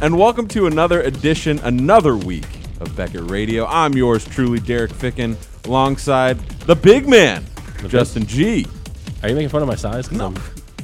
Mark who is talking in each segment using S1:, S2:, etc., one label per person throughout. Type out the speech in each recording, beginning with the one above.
S1: and welcome to another edition, another week of Beckett Radio. I'm yours truly, Derek Ficken, alongside the big man, Justin G.
S2: Are you making fun of my size? 'Cause I'm-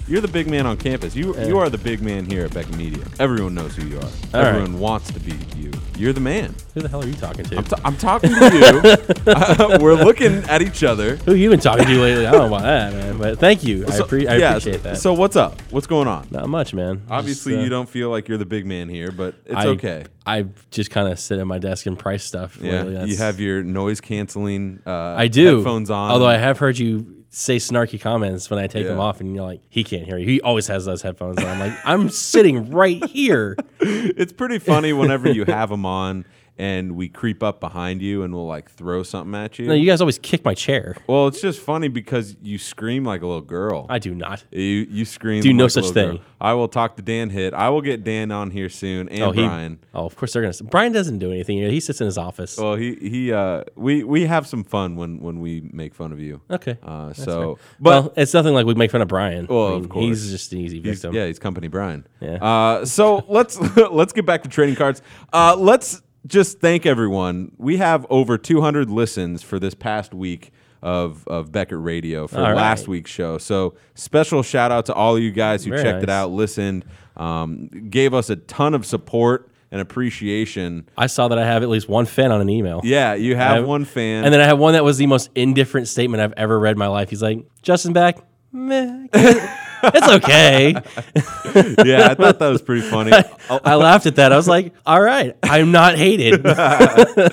S1: You're the big man on campus. You you are the big man here at Beckett Media. Everyone knows who you are.
S2: All right.
S1: Everyone wants to be you. You're the man.
S2: who the hell are you talking to?
S1: I'm, t- I'm talking to you. We're looking at each other.
S2: who you been talking to lately? I don't know about that, man. But thank you. I, appre- I
S1: yeah,
S2: appreciate
S1: so,
S2: that.
S1: So what's up? What's going on?
S2: Not much, man. Just,
S1: Obviously,
S2: uh,
S1: you don't feel like you're the big man here, but it's
S2: I,
S1: okay.
S2: I just kind of sit at my desk and price stuff.
S1: Yeah,
S2: lately.
S1: you
S2: That's-
S1: have your noise canceling. Uh,
S2: I do.
S1: headphones on.
S2: Although I have heard you say snarky comments when I take them
S1: Yeah.
S2: off, and you're like, "He can't hear you. He always has those headphones on." I'm like, "I'm sitting right here."
S1: it's pretty funny whenever you have them on and we creep up behind you and we'll like throw something at you.
S2: No, you guys always kick my chair.
S1: well, it's just funny because you scream like a little girl.
S2: I do not.
S1: you you scream.
S2: Do
S1: like
S2: no
S1: a
S2: such
S1: little girl.
S2: thing.
S1: I will talk to Dan Hit. I will get Dan on here soon and
S2: Oh, he.
S1: Brian.
S2: Oh, of course they're gonna. Brian doesn't do anything. He sits in his office.
S1: Well, he he uh we we have some fun when when we make fun of you.
S2: okay.
S1: Uh, so, but
S2: Well, it's nothing like we make fun of Brian.
S1: Well,
S2: I
S1: of
S2: mean,
S1: course.
S2: he's just an easy
S1: He's-
S2: victim.
S1: yeah, he's company Brian.
S2: Yeah.
S1: Uh, so let's let's get back to trading cards. Uh, let's just thank everyone. We have over 200 listens for this past week of of Beckett Radio for
S2: All
S1: last
S2: right.
S1: week's show. So special shout out to all you guys who
S2: Very
S1: checked it
S2: nice.
S1: out, listened, um, gave us a ton of support and appreciation.
S2: I saw that I have at least one fan on an email.
S1: Yeah, you have
S2: I-
S1: one fan,
S2: And then I have one that was the most indifferent statement I've ever read in my life. He's like, Justin back, meh. it's okay.
S1: yeah, I thought that was pretty funny. Oh.
S2: I laughed at that. I was like, all right, I'm not hated.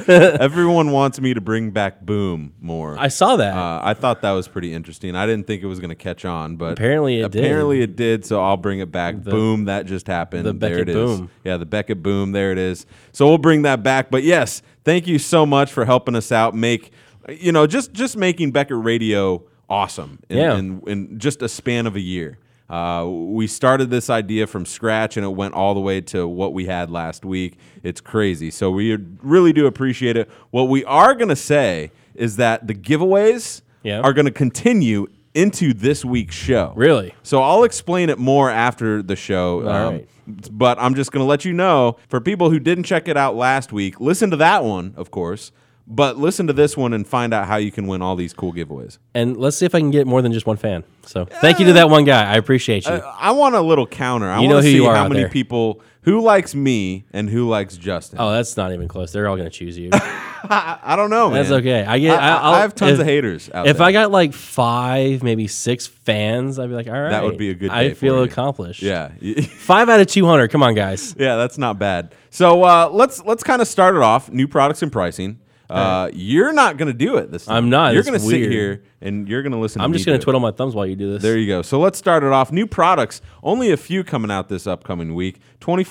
S1: Everyone wants me to bring back Boom more.
S2: I saw that.
S1: Uh, I thought that was pretty interesting. I didn't think it was going to catch on, but
S2: Apparently it did.
S1: apparently it did. So I'll bring it back. boom! That just happened.
S2: the
S1: there it
S2: Beckett
S1: is.
S2: boom.
S1: Yeah, the Beckett boom. There it is. So we'll bring that back. But yes, thank you so much for helping us out. Make you know just just making Beckett Radio awesome. In,
S2: Yeah.
S1: In, in just a span of a year. Uh, we started this idea from scratch and it went all the way to what we had last week. It's crazy. So we really do appreciate it. What we are going to say is that the giveaways
S2: Yeah.
S1: are going to continue into this week's show.
S2: Really?
S1: So I'll explain it more after the show. um,
S2: right.
S1: But I'm just going to let you know for people who didn't check it out last week, listen to that one, of course, but listen to this one and find out how you can win all these cool giveaways.
S2: and let's see if I can get more than just one fan. So thank you to that one guy. I appreciate you.
S1: I, I want a little counter. I
S2: You know
S1: want to
S2: who
S1: see
S2: you are
S1: how
S2: out
S1: many
S2: there.
S1: people who likes me and who likes Justin.
S2: oh, that's not even close. They're all going to choose you.
S1: I, I don't know.
S2: That's
S1: man.
S2: okay. I get.
S1: I,
S2: I,
S1: I- I
S2: I'll-
S1: have tons
S2: if-
S1: of haters. Out
S2: If
S1: there.
S2: I got like five, maybe six fans, I'd be like, all right.
S1: would be a good day
S2: I
S1: for
S2: feel
S1: you.
S2: accomplished.
S1: yeah.
S2: Five out of 200. Come on, guys.
S1: yeah, that's not bad. So uh, let's let's kind of start it off. New products and pricing. Uh, You're not gonna do it this time.
S2: I'm not.
S1: You're
S2: It's
S1: gonna sit
S2: weird.
S1: here and you're gonna listen.
S2: I'm
S1: to
S2: just
S1: me
S2: going
S1: do it.
S2: to twiddle my thumbs while you do this.
S1: There you go. So let's start it off. New products. Only a few coming out this upcoming week.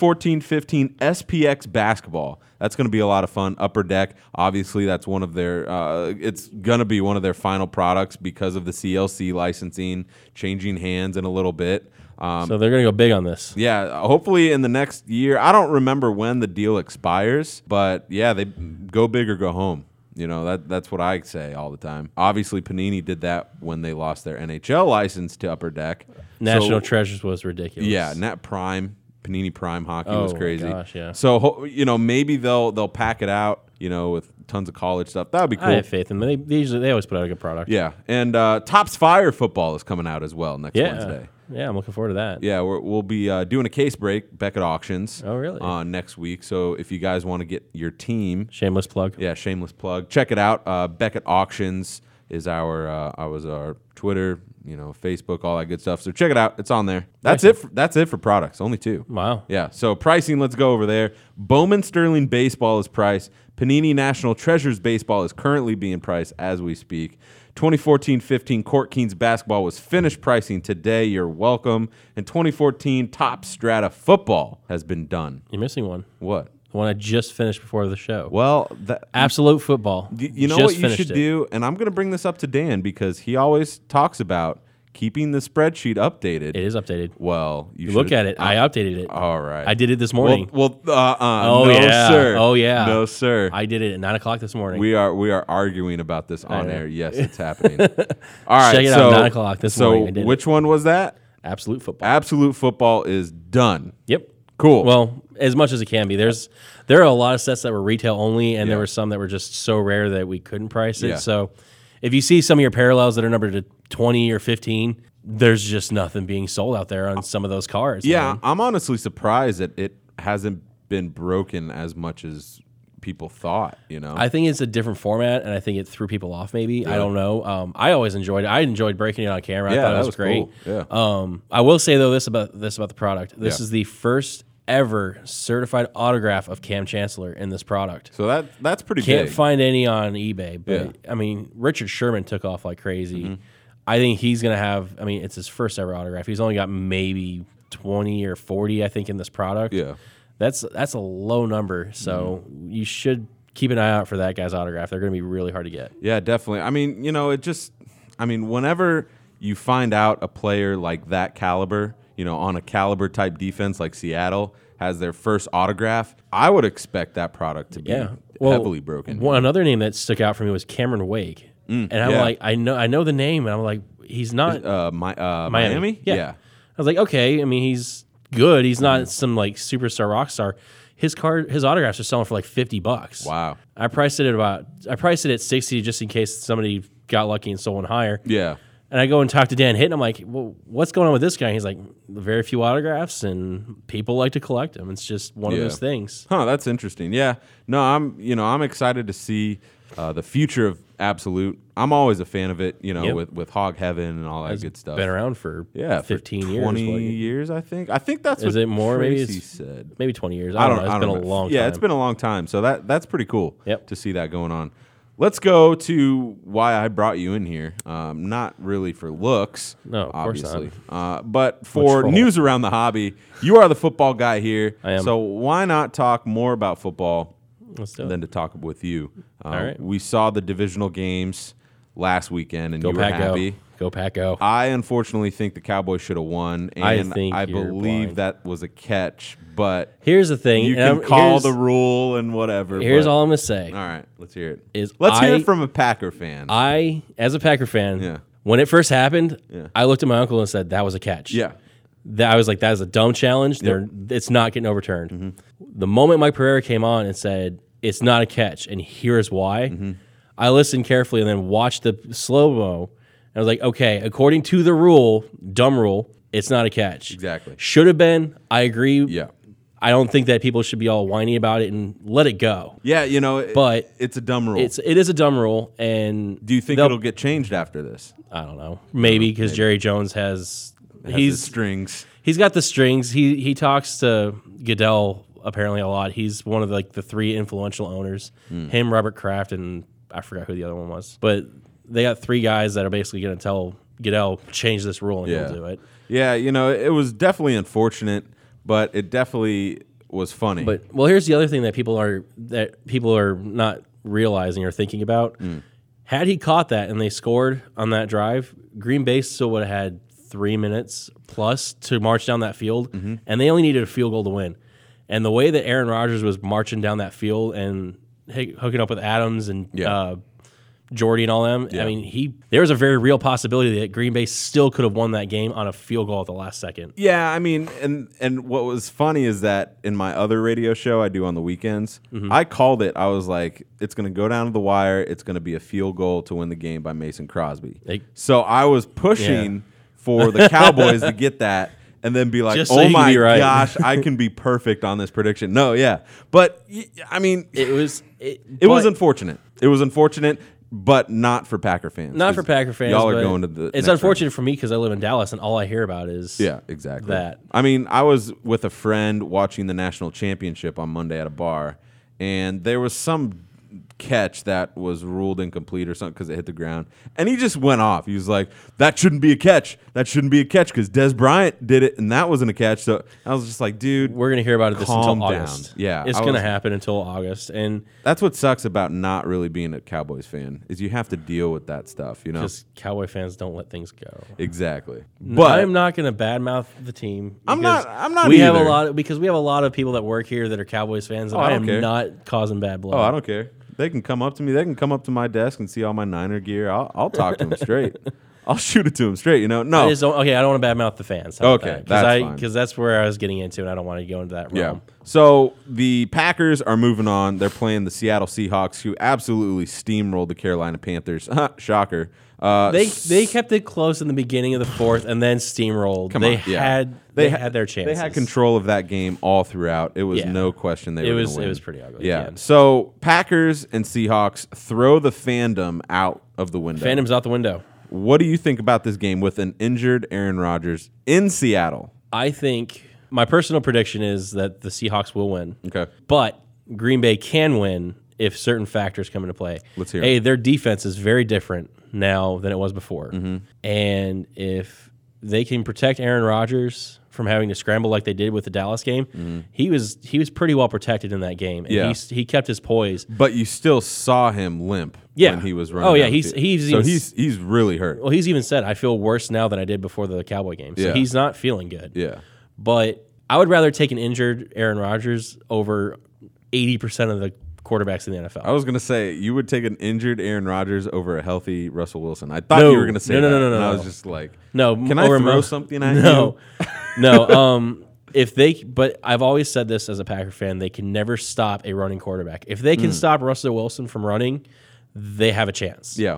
S1: 2014-15 SPX basketball. That's going to be a lot of fun. Upper Deck, obviously, that's one of their. Uh, it's going to be one of their final products because of the CLC licensing changing hands in a little bit. Um,
S2: so they're going to go big on this.
S1: yeah, hopefully in the next year. I don't remember when the deal expires, but yeah, they go big or go home. You know, that that's what I say all the time. Obviously Panini did that when they lost their NHL license to Upper Deck.
S2: National
S1: so,
S2: Treasures was ridiculous.
S1: Yeah, Nat Prime, Panini Prime hockey was
S2: Oh my
S1: crazy.
S2: gosh, yeah.
S1: So ho- you know, maybe they'll they'll pack it out, you know, with tons of college stuff. That would be cool.
S2: I have faith in them. They, they usually they always put out a good product.
S1: yeah. And uh Tops Fire football is coming out as well next
S2: yeah,
S1: Wednesday.
S2: yeah. I'm looking forward to that.
S1: Yeah, we're, we'll be uh, doing a case break Beckett Auctions.
S2: Oh, really?
S1: Uh, next week. So if you guys want to get your team,
S2: Shameless plug.
S1: yeah, shameless plug. Check it out. Uh, Beckett Auctions is our uh, I was our Twitter, you know, Facebook, all that good stuff. So check it out. It's on there. That's it. For, that's it for products. Only two.
S2: Wow.
S1: Yeah. So pricing. Let's go over there. Bowman Sterling baseball is priced. Panini National Treasures baseball is currently being priced as we speak. 2014-15 Court Keynes basketball was finished pricing today. You're welcome. And 2014 Top Strata football has been done.
S2: You're missing one.
S1: What?
S2: The one I just finished before the show.
S1: Well, that,
S2: Absolute football.
S1: Y- You know
S2: Just
S1: what you
S2: finished
S1: should
S2: it.
S1: do, and I'm going to bring this up to Dan because he always talks about keeping the spreadsheet updated.
S2: It is updated.
S1: well, you
S2: Look
S1: should-
S2: at it. I updated it.
S1: All right,
S2: I did it this
S1: Well,
S2: morning.
S1: well uh, uh,
S2: Oh,
S1: no,
S2: yeah.
S1: sir.
S2: Oh, yeah.
S1: no, sir.
S2: I did it at nine o'clock this morning.
S1: we are we are arguing about this on
S2: know.
S1: air. Yes, it's happening. All right,
S2: Check it
S1: so,
S2: out, 9 o'clock this
S1: so
S2: morning. I did it.
S1: which one was that?
S2: Absolute football.
S1: Absolute football is done.
S2: Yep.
S1: Cool.
S2: Well, as much as it can be. There's there are a lot of sets that were retail only, and there were some that were just so rare that we couldn't price it.
S1: Yeah.
S2: So if you see some of your parallels that are numbered to twenty or fifteen, there's just nothing being sold out there on some of those cars.
S1: yeah, I'm honestly surprised that it hasn't been broken as much as people thought. You know,
S2: I think it's a different format, and I think it threw people off. Maybe I don't know. Um, I always enjoyed it. I enjoyed breaking it on camera. I
S1: Yeah,
S2: thought
S1: that
S2: it was,
S1: was
S2: great.
S1: cool. Yeah.
S2: Um, I will say though this about this about the product. This
S1: Yeah.
S2: is the first ever certified autograph of Cam Chancellor in this product.
S1: so that that's pretty
S2: Can't
S1: big.
S2: find any on eBay, but I mean Richard Sherman took off like crazy.
S1: Mm-hmm.
S2: I think he's gonna have. I mean, it's his first ever autograph. He's only got maybe twenty or forty, I think, in this product.
S1: Yeah. Mm-hmm.
S2: that's that's a low number. So you should keep an eye out for that guy's autograph. They're gonna be really hard to get.
S1: Yeah, definitely. I mean, you know, it just, I mean, whenever you find out a player like that caliber, you know, on a caliber type defense like Seattle has their first autograph, I would expect that product to be
S2: Yeah, well,
S1: heavily broken. Mm.
S2: One another name that stuck out for me was Cameron Wake, and I'm
S1: yeah.
S2: like, I know, I know the name, and I'm like, he's not
S1: uh, my, uh,
S2: Miami.
S1: Miami?
S2: Yeah. I was like, okay. I mean, he's good. He's not some like superstar rock star. His card, his autographs are selling for like fifty bucks.
S1: Wow.
S2: I priced it at about. I priced it at sixty just in case somebody got lucky and sold one higher.
S1: Yeah.
S2: And I go and talk to Dan Hitten. I'm like, well, what's going on with this guy? And he's like, very few autographs, and people like to collect them. It's just one of
S1: Yeah.
S2: those things.
S1: Huh, that's interesting. Yeah. No, I'm, you know, I'm excited to see uh, the future of Absolute. I'm always a fan of it, you know,
S2: Yep.
S1: with, with Hog Heaven and all that good stuff.
S2: Been around for
S1: yeah, for
S2: fifteen years,
S1: 20
S2: what,
S1: years, I think. I think that's
S2: Is
S1: what
S2: it more? Maybe
S1: Tracy
S2: it's-
S1: said.
S2: maybe twenty years. I don't, know. It's been
S1: remember.
S2: a long
S1: Yeah,
S2: time.
S1: it's been a long time. So that that's pretty cool.
S2: Yep.
S1: To see that going on. Let's go to why I brought you in here. Um, not really for looks,
S2: No, of course not.
S1: obviously, Uh, but for
S2: troll.
S1: news around the hobby. You are the football guy here,
S2: I am.
S1: so why not talk more about football
S2: Let's do it.
S1: than to talk with you? Uh,
S2: All right.
S1: We saw the divisional games last weekend, and
S2: Go
S1: you were
S2: Pack
S1: happy.
S2: Go. Go Pack Go.
S1: I unfortunately think the Cowboys should have won, and
S2: I think you're
S1: believe
S2: blind.
S1: that was a catch, but
S2: Here's the thing.
S1: you
S2: and
S1: can
S2: I'm-
S1: call
S2: here's-
S1: the rule and whatever.
S2: Here's
S1: but-
S2: all I'm gonna say.
S1: All right, let's hear it.
S2: Is
S1: let's hear
S2: I-
S1: it from a Packer fan.
S2: I, as a Packer fan,
S1: Yeah.
S2: when it first happened,
S1: Yeah.
S2: I looked at my uncle and said that was a catch.
S1: yeah,
S2: that I was like, that is a dumb challenge. They're it's not getting overturned.
S1: Mm-hmm.
S2: The moment Mike Pereira came on and said it's not a catch, and here's why.
S1: Mm-hmm.
S2: I listened carefully and then watched the slow mo. I was like, okay, according to the rule, dumb rule, it's not a catch.
S1: Exactly.
S2: Should have been. I agree.
S1: yeah,
S2: I don't think that people should be all whiny about it and let it go.
S1: yeah. You know, it-
S2: But
S1: it's a dumb rule.
S2: It's it is a dumb rule, and
S1: Do you think
S2: they'll-
S1: it'll get changed after this?
S2: I don't know. Maybe because Jerry Jones has,
S1: Has his
S2: he's
S1: strings.
S2: he's got the strings. He he talks to Goodell apparently a lot. He's one of the, like the three influential owners.
S1: Hmm.
S2: Him, Robert Kraft, and I forgot who the other one was. But they got three guys that are basically going to tell Goodell change this rule and
S1: Yeah.
S2: he'll do it.
S1: Yeah, you know, it was definitely unfortunate, but it definitely was funny.
S2: But well, here's the other thing that people are that people are not realizing or thinking about. Had he caught that and they scored on that drive, Green Bay still would have had three minutes plus to march down that field, and they only needed a field goal to win. And the way that Aaron Rodgers was marching down that field and hi- hooking up with Adams and
S1: Yeah.
S2: uh, Jordy and all them, I mean, he there was a very real possibility that Green Bay still could have won that game on a field goal at the last second.
S1: Yeah, I mean, and and what was funny is that in my other radio show I do on the weekends,
S2: Mm-hmm.
S1: I called it. I was like, it's going to go down to the wire. It's going to be a field goal to win the game by Mason Crosby.
S2: Like-
S1: so I was pushing for the Cowboys to get that and then be like,
S2: Just so you
S1: oh
S2: can
S1: my
S2: be right."
S1: gosh, I can be perfect on this prediction. No, yeah, but y- I mean, it,
S2: It was it,
S1: was
S2: but-
S1: unfortunate. It was unfortunate. But not for Packer fans.
S2: Not for
S1: 'cause
S2: Packer fans.
S1: Y'all are
S2: but
S1: going to the. next
S2: It's
S1: round.
S2: unfortunate for me because I live in Dallas and all I hear about is
S1: Yeah, exactly.
S2: that.
S1: I mean, I was with a friend watching the national championship on Monday at a bar, and there was some catch that was ruled incomplete or something because it hit the ground, and he just went off. He was like, "That shouldn't be a catch. That shouldn't be a catch because Des Bryant did it, and that wasn't a catch." So I was just like, "Dude,
S2: We're gonna hear about this
S1: Calm
S2: until
S1: down.
S2: August.
S1: Yeah,
S2: it's
S1: I
S2: gonna
S1: was-
S2: happen until August, and
S1: that's what sucks about not really being a Cowboys fan is you have to deal with that stuff, you know."
S2: because Cowboy fans don't let things go.
S1: Exactly, but
S2: I'm not gonna badmouth the team.
S1: I'm
S2: because
S1: not- I'm not
S2: We have a
S1: either.
S2: lot because we have a lot of people that work here that are Cowboys fans, and
S1: Oh, I
S2: I,
S1: don't
S2: am
S1: care.
S2: not causing bad blood.
S1: Oh, I don't care. They can come up to me. They can come up to my desk and see all my Niner gear. I'll, I'll talk to them straight. I'll shoot it to him straight. You know, no,
S2: I just don't, okay, I don't want to badmouth the fans. How about
S1: Okay,
S2: that?
S1: that's
S2: I
S1: fine.
S2: because that's where I was getting into, and I don't want to go into that realm.
S1: So the Packers are moving on. They're playing the Seattle Seahawks, who absolutely steamrolled the Carolina Panthers. Shocker. Uh,
S2: They they kept it close in the beginning of the fourth, and then steamrolled. they
S1: on, yeah.
S2: had they,
S1: ha-
S2: had their chances.
S1: They had control of that game all throughout. It was
S2: Yeah.
S1: no question they
S2: It
S1: were gonna
S2: was- it
S1: win.
S2: was pretty ugly,
S1: Yeah.
S2: yeah.
S1: So Packers and Seahawks throw the fandom out of the window.
S2: Phantom's out the window.
S1: What do you think about this game with an injured Aaron Rodgers in Seattle?
S2: I think my personal prediction is that the Seahawks will win.
S1: Okay.
S2: But Green Bay can win if certain factors come into play.
S1: Let's hear
S2: Hey, their defense is very different now than it was before.
S1: Mm-hmm.
S2: And if they can protect Aaron Rodgers from having to scramble like they did with the Dallas game, he was he was pretty well protected in that game. And
S1: Mm-hmm. Yeah.
S2: he, s- he kept his poise.
S1: But you still saw him limp
S2: Yeah.
S1: when he was running.
S2: Oh, yeah,
S1: down the
S2: he's-
S1: field.
S2: he's
S1: so
S2: even-
S1: he's he's really hurt.
S2: Well, he's even said, I feel worse now than I did before the Cowboy game. So
S1: Yeah.
S2: he's not feeling good.
S1: Yeah.
S2: But I would rather take an injured Aaron Rodgers over 80% of the quarterbacks in the NFL.
S1: I was gonna say you would take an injured Aaron Rodgers over a healthy Russell Wilson. I thought
S2: No.
S1: you were gonna say
S2: No, no,
S1: that,
S2: no, no,
S1: and I
S2: no.
S1: was just like,
S2: No,
S1: Can I
S2: over
S1: throw
S2: Mo-
S1: something at
S2: no, no. Um, if they, but I've always said this as a Packer fan, they can never stop a running quarterback. If they
S1: Hmm.
S2: can stop Russell Wilson from running, they have a chance.
S1: yeah,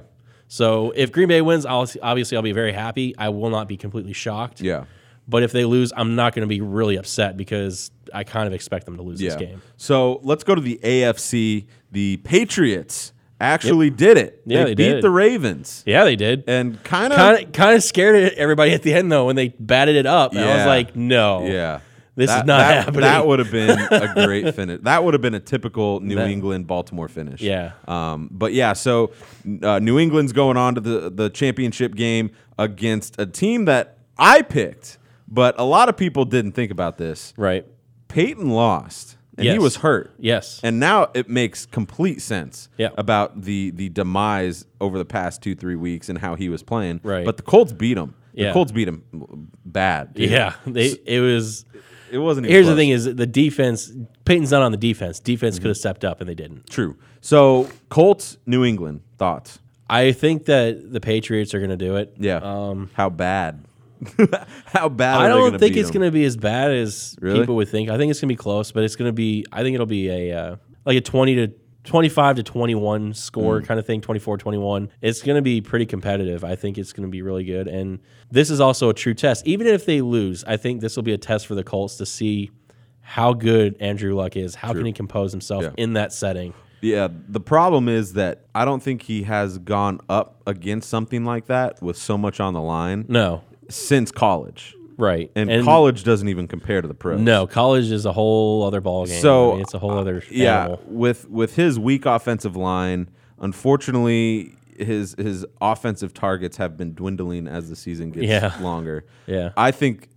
S2: So if Green Bay wins, I'll obviously I'll be very happy. I will not be completely shocked.
S1: yeah,
S2: But if they lose, I'm not going to be really upset because I kind of expect them to lose
S1: yeah.
S2: this game.
S1: So let's go to the AFC. The Patriots actually did it.
S2: Yeah, they
S1: beat
S2: did.
S1: the Ravens
S2: Yeah, they did.
S1: and kind
S2: Kind
S1: of.
S2: of, kind of scared everybody at the end though when they batted it up. I
S1: Yeah.
S2: was like, no.
S1: Yeah.
S2: This
S1: is
S2: is not
S1: that,
S2: happening.
S1: That would have been a great finish. That would have been a typical New England Baltimore finish.
S2: Yeah.
S1: Um, but yeah, so uh, New England's going on to the the championship game against a team that I picked, but a lot of people didn't think about this.
S2: Right.
S1: Peyton lost, and he
S2: Yes.
S1: was hurt.
S2: Yes.
S1: And now it makes complete sense
S2: Yeah.
S1: about the the demise over the past two three weeks and how he was playing.
S2: Right.
S1: But the Colts beat him. The
S2: Yeah.
S1: Colts beat him bad. dude.
S2: Yeah, they, it was.
S1: It wasn't. Even
S2: Here's the
S1: close.
S2: thing: is the defense. Peyton's not on the defense. Defense
S1: Mm-hmm.
S2: could have stepped up, and they didn't.
S1: True. So Colts, New England thoughts.
S2: I think that the Patriots are going to do it.
S1: Yeah. Um, How bad? How bad?
S2: I
S1: are they
S2: don't
S1: gonna
S2: think
S1: beat
S2: it's
S1: them?
S2: going to be as bad as
S1: Really?
S2: people would think. I think it's going to be close, but it's going to be. I think it'll be a uh, like a twenty to. 25 to 21 score
S1: Hmm.
S2: kind of thing 24 21 it's going to be pretty competitive i think it's going to be really good and this is also a true test even if they lose i think this will be a test for the colts to see how good andrew luck is how can he compose himself in that setting
S1: Yeah. The problem is that I don't think he has gone up against something like that with so much on the line
S2: No,
S1: since college,
S2: right.
S1: and, college doesn't even compare to the pros.
S2: No, college is a whole other ball game.
S1: So uh,
S2: I mean, it's a whole other
S1: Yeah.
S2: animal.
S1: With with his weak offensive line, unfortunately. His his offensive targets have been dwindling as the season gets
S2: Yeah.
S1: longer.
S2: Yeah.
S1: I think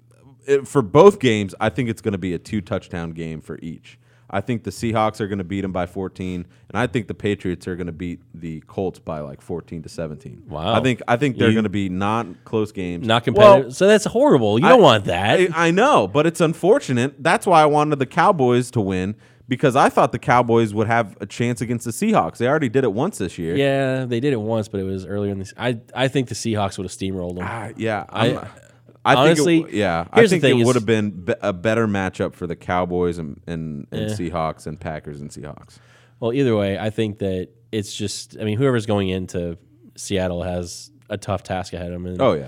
S1: it, for both games, I think it's going to be a two touchdown game for each. I think the Seahawks are going to beat them by 14, and I think the Patriots are going to beat the Colts by like 14 to 17.
S2: Wow.
S1: I think I think they're
S2: You-
S1: going to be not close games,
S2: Not
S1: Well,
S2: competitive. so that's horrible. You don't want that.
S1: I, I know, but it's unfortunate. That's why I wanted the Cowboys to win because I thought the Cowboys would have a chance against the Seahawks. They already did it once this year.
S2: yeah, they did it once, but it was earlier in the. se- I I think the Seahawks would have steamrolled them.
S1: Ah, yeah, I'm-
S2: I-
S1: I
S2: honestly,
S1: think it, yeah, I
S2: here's the
S1: think
S2: thing
S1: it
S2: is-
S1: would have been be- a better matchup for the Cowboys and, and, and Seahawks and Packers and Seahawks.
S2: Well, either way, I think that it's just. I mean, whoever's going into Seattle has a tough task ahead of them. And
S1: Oh yeah,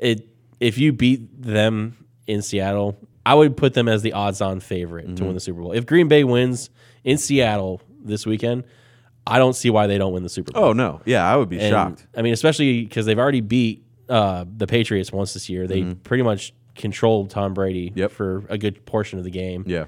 S2: it if you beat them in Seattle, I would put them as the odds-on favorite to
S1: Mm-hmm.
S2: win the Super Bowl. If Green Bay wins in Seattle this weekend, I don't see why they don't win the Super Bowl.
S1: oh no, yeah, I would be
S2: And,
S1: shocked.
S2: I mean, especially because they've already beat uh, the Patriots once this year. They pretty much controlled Tom Brady
S1: Mm-hmm. Yep.
S2: for a good portion of the game.
S1: Yeah,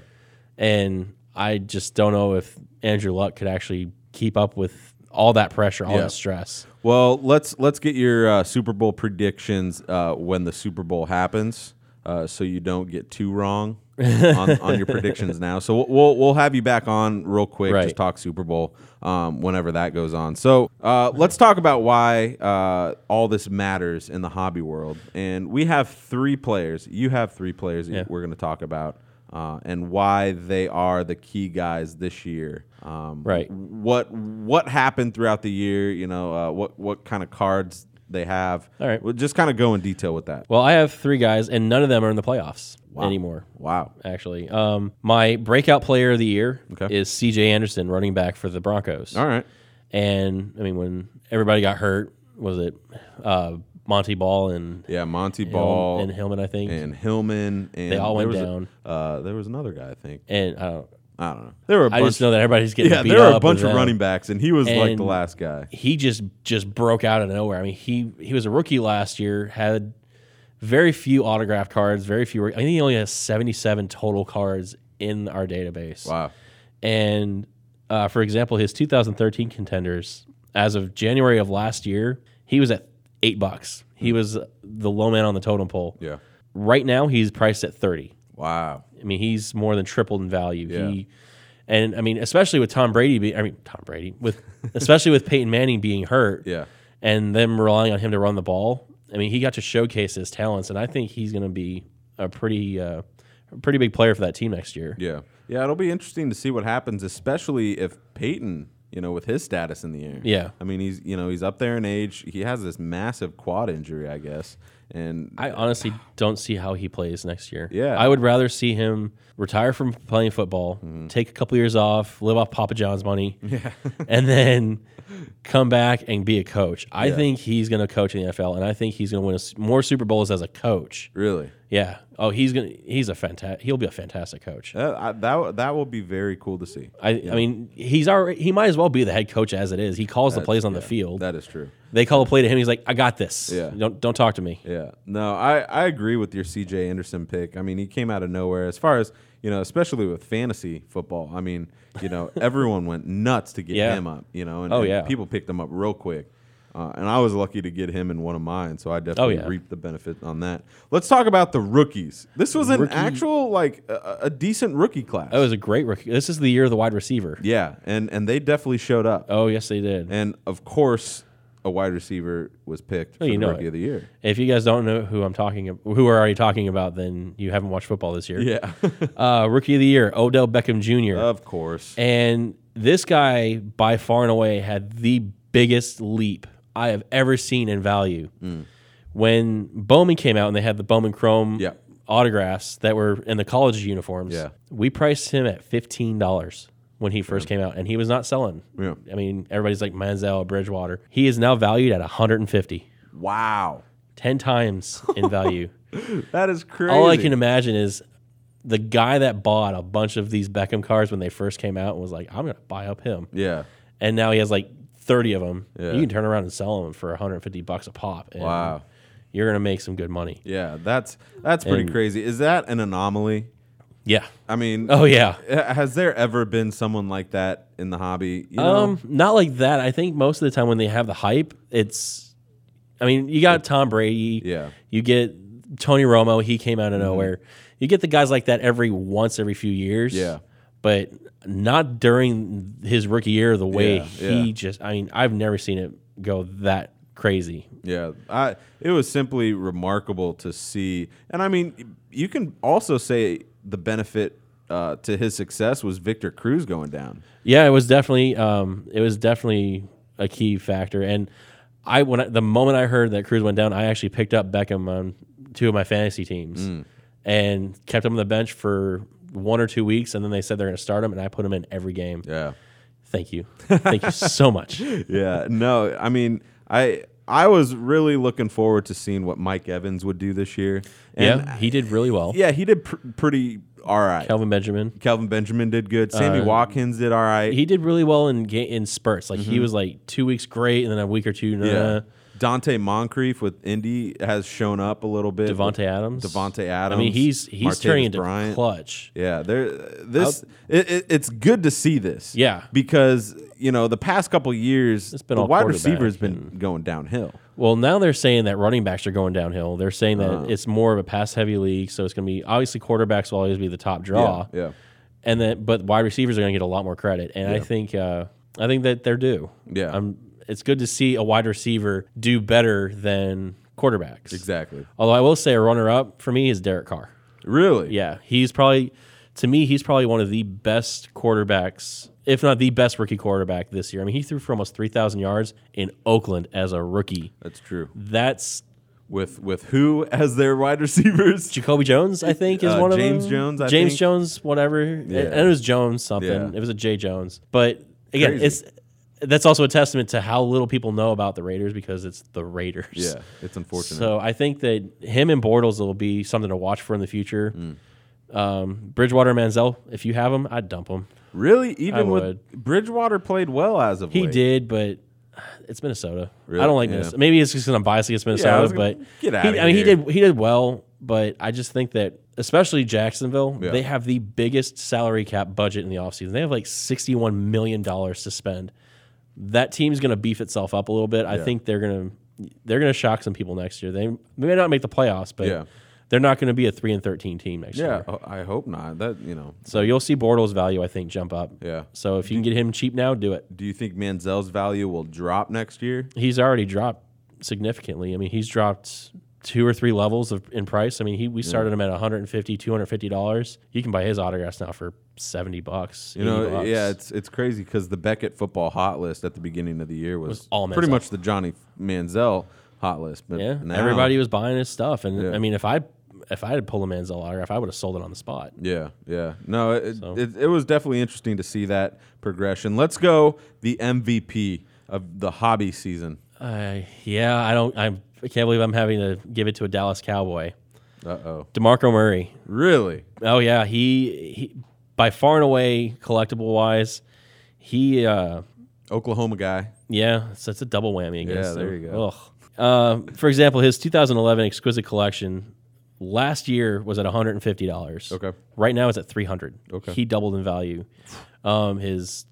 S2: And I just don't know if Andrew Luck could actually keep up with all that pressure, all
S1: Yeah.
S2: that stress.
S1: well let's let's get your uh, Super Bowl predictions uh, when the Super Bowl happens, uh, so you don't get too wrong. on, on your predictions now, so we'll- we'll we'll have you back on real quick. Just
S2: Right.
S1: talk Super Bowl um, whenever that goes on. So uh, let's talk about why uh, all this matters in the hobby world. And we have three players. You have three players that we're going to talk about uh, and why they are the key guys this year. Um,
S2: Right.
S1: What what happened throughout the year? You know, uh, what what kind of cards they have.
S2: All right.
S1: We'll just kind of go in detail with that.
S2: Well, I have three guys, and none of them are in the playoffs anymore.
S1: Wow.
S2: Actually, um, my breakout player of the year
S1: Okay.
S2: is C.J. Anderson, running back for the Broncos.
S1: All right.
S2: And I mean, when everybody got hurt, was it uh, Monty Ball and
S1: Yeah, Monty Ball
S2: Hill- and Hillman? I think. And,
S1: and Hillman and
S2: They all
S1: there was
S2: went
S1: a-
S2: down.
S1: uh, there was another guy, I think.
S2: I don't.
S1: I don't know. There were a
S2: uh, I
S1: bunch.
S2: just know that everybody's getting
S1: yeah,
S2: beat
S1: there were a
S2: up
S1: bunch
S2: with
S1: of
S2: them.
S1: running backs, and he was like the
S2: And-
S1: last guy.
S2: he just just broke out of nowhere. I mean, he he was a rookie last year, had very few autograph cards, very few. I think he only has seventy seven total cards in our database.
S1: Wow.
S2: And uh, for example, his 2013 contenders, as of January of last year, he was at eight bucks. He was the low man on the totem pole.
S1: Yeah.
S2: Right now, he's priced at thirty.
S1: Wow.
S2: I mean, he's more than tripled in value.
S1: Yeah.
S2: He, and I mean, especially with Tom Brady, be, I mean, Tom Brady, with especially with Peyton Manning being hurt,
S1: Yeah.
S2: and them relying on him to run the ball. I mean, he got to showcase his talents, and I think he's going to be a pretty, uh, a pretty big player for that team next year.
S1: Yeah. Yeah, it'll be interesting to see what happens, especially if Peyton, you know, with his status in the air.
S2: Yeah.
S1: I mean, he's, you know, he's up there in age. He has this massive quad injury, I guess. And
S2: I honestly don't see how he plays next year.
S1: Yeah.
S2: I would rather see him retire from playing football,
S1: Mm.
S2: take a couple years off, live off Papa John's money, and then come back and be a coach. I think he's going to coach in the NFL, and I think he's going to win a s more Super Bowls as a coach.
S1: really,
S2: Yeah. Oh, he's going. to He's a fantastic. He'll be a fantastic coach.
S1: that, I, that, that will be very cool to see.
S2: I, I mean, he's already. He might as well be the head coach as it is. He calls the plays on the field.
S1: That is true.
S2: they call a play to him. He's like, "I got this.
S1: Yeah.
S2: Don't don't talk to me."
S1: Yeah. No, I, I agree with your CJ Anderson pick. I mean, he came out of nowhere as far as, you know, especially with fantasy football. I mean, you know, everyone went nuts to get
S2: Yeah.
S1: him up, you know, and,
S2: Oh,
S1: and
S2: yeah.
S1: people picked him up real quick. Uh, and I was lucky to get him in one of mine, so I definitely
S2: Oh, yeah.
S1: reaped the benefit on that. Let's talk about the rookies. This was an
S2: Rookie- Oh,
S1: actual, like, a, a decent rookie class.
S2: That was a great rookie. This is the year of the wide receiver.
S1: yeah, and, and they definitely showed up.
S2: Oh yes, they did.
S1: And, of course, a wide receiver was picked for
S2: Oh, you
S1: the
S2: know
S1: rookie
S2: it.
S1: of the year.
S2: If you guys don't know who I'm talking, ab- who we're already talking about, then you haven't watched football this year.
S1: Yeah,
S2: Uh, rookie of the year, Odell Beckham Jr.
S1: of course.
S2: and this guy, by far and away, had the biggest leap I have ever seen in value. When Bowman came out and they had the Bowman Chrome
S1: Yeah.
S2: autographs that were in the college uniforms,
S1: Yeah.
S2: we priced him at fifteen dollars when he first came out, and he was not selling.
S1: Yeah.
S2: I mean, everybody's like Manziel, Bridgewater. He is now valued at 150.
S1: Wow.
S2: 10 times in value.
S1: That is crazy.
S2: All I can imagine is the guy that bought a bunch of these Beckham cars when they first came out and was like, I'm going to buy up him.
S1: Yeah.
S2: And now he has like 30 of them.
S1: Yeah.
S2: You can turn around and sell them for 150 bucks a pop. And
S1: Wow.
S2: You're going to make some good money.
S1: Yeah. That's that's pretty
S2: And-
S1: crazy. Is that an anomaly?
S2: Yeah.
S1: I mean,
S2: Oh, yeah.
S1: ha- has there ever been someone like that in the hobby? You know?
S2: Um, not like that. I think most of the time when they have the hype, it's, I mean, you got Tom Brady.
S1: Yeah. Mm-hmm.
S2: You get Tony Romo. He came out of nowhere. You get the guys like that every once every few years.
S1: Yeah.
S2: But not during his rookie year, the way
S1: Yeah,
S2: he
S1: yeah.
S2: just, I mean, I've never seen it go that crazy.
S1: Yeah, I it was simply remarkable to see, and I mean, you can also say the benefit uh, to his success was Victor Cruz going down.
S2: Yeah, it was definitely um, it was definitely a key factor. And I when I, the moment I heard that Cruz went down, I actually picked up Beckham on two of my fantasy teams
S1: Mm.
S2: and kept him on the bench for one or two weeks, and then they said they're going to start him, and I put him in every game.
S1: Yeah,
S2: Thank you, thank you so much.
S1: yeah. No, I mean, I I was really looking forward to seeing what Mike Evans would do this year. And
S2: yeah, he did really well.
S1: yeah, he did pr- pretty all right.
S2: Calvin Benjamin,
S1: Calvin Benjamin did good. Sammy Watkins did all right.
S2: Uh, he did really well in ga- in spurts. Like he was like two weeks great, and then a week or two. Nah,
S1: Mm-hmm. yeah. Dante Moncrief with Indy has shown up a little bit.
S2: Devonte Adams.
S1: Devonte
S2: I
S1: Adams.
S2: mean, he's he's
S1: Martavis
S2: turning into
S1: Bryant.
S2: clutch.
S1: Yeah, there. This it, it, it's good to see this.
S2: Yeah.
S1: because you know the past couple years,
S2: It's been
S1: the
S2: all
S1: wide
S2: quarterback
S1: receiver's been going downhill.
S2: Well, now they're saying that running backs are going downhill. They're saying that
S1: Uh-huh.
S2: it's more of a pass heavy league, so it's going to be obviously quarterbacks will always be the top draw,
S1: Yeah,
S2: and then but wide receivers are going to get a lot more credit, and I think uh, I think that they're due.
S1: Yeah.
S2: I'm, it's good to see a wide receiver do better than quarterbacks.
S1: exactly.
S2: Although I will say a runner up for me is Derek Carr.
S1: Really?
S2: Yeah, he's probably to me he's probably one of the best quarterbacks if not the best rookie quarterback this year. I mean, he threw for almost 3,000 yards in Oakland as a rookie.
S1: That's true.
S2: That's
S1: With with who as their wide receivers?
S2: Jacoby Jones, I think, is
S1: Uh,
S2: one of
S1: James
S2: them.
S1: Jones, I
S2: James
S1: think.
S2: Jones, whatever. And it was Jones something.
S1: Yeah.
S2: It was a J Jones. But again,
S1: Crazy.
S2: it's that's also a testament to how little people know about the Raiders because it's the Raiders.
S1: Yeah, it's unfortunate.
S2: So I think that him and Bortles will be something to watch for in the future.
S1: Mm.
S2: Um, Bridgewater and Manziel, if you have him, I'd dump him.
S1: really,
S2: I
S1: even with Bridgewater played well as of
S2: He
S1: late.
S2: did, but it's Minnesota.
S1: Really?
S2: I don't like
S1: Yeah.
S2: Minnesota. Maybe it's just because I'm biased against
S1: I
S2: Minnesota,
S1: was gonna-
S2: but
S1: get
S2: he-
S1: outta
S2: I mean, he
S1: here.
S2: did he did well, but I just think that especially Jacksonville,
S1: Yeah.
S2: they have the biggest salary cap budget in the offseason. They have like sixty-one million dollars to spend. That team's going to beef itself up a little bit. I think they're going to they're going to shock some people next year. They may not make the playoffs, but
S1: Yeah.
S2: they're not going to be a three and thirteen team next
S1: Yeah,
S2: year.
S1: oh, I hope not. That you know,
S2: So you'll see Bortles' value, I think, jump up.
S1: yeah.
S2: So if you can get him cheap now, do it.
S1: Do you think Manziel's value will drop next year?
S2: he's already dropped significantly. I mean, he's dropped two or three levels of in price. I mean, he we started him at 150, 250 dollars. You can buy his autographs now for 70 bucks.
S1: You know, yeah, it's it's crazy because the Beckett football hot list at the beginning of the year was,
S2: all
S1: pretty
S2: Manziel.
S1: much the Johnny Manziel hot list. But
S2: yeah.
S1: now-
S2: Everybody was buying his stuff and
S1: Yeah.
S2: I mean, if I if I had pulled a Manziel autograph, I would have sold it on the spot.
S1: Yeah, yeah. No, it, it, it was definitely interesting to see that progression. Let's go the MVP of the hobby season.
S2: Uh, yeah, I don't I'm, I can't believe I'm having to give it to a Dallas Cowboy.
S1: Uh oh.
S2: DeMarco Murray.
S1: Really?
S2: Oh yeah, he he by far and away collectible wise, he uh
S1: Oklahoma guy.
S2: Yeah, so it's a double whammy. I guess.
S1: there you go.
S2: Ugh. Uh, for example, his 2011 Exquisite Collection last year was at $150.
S1: Okay.
S2: Right now it's at 300.
S1: Okay.
S2: He doubled in value. Um, his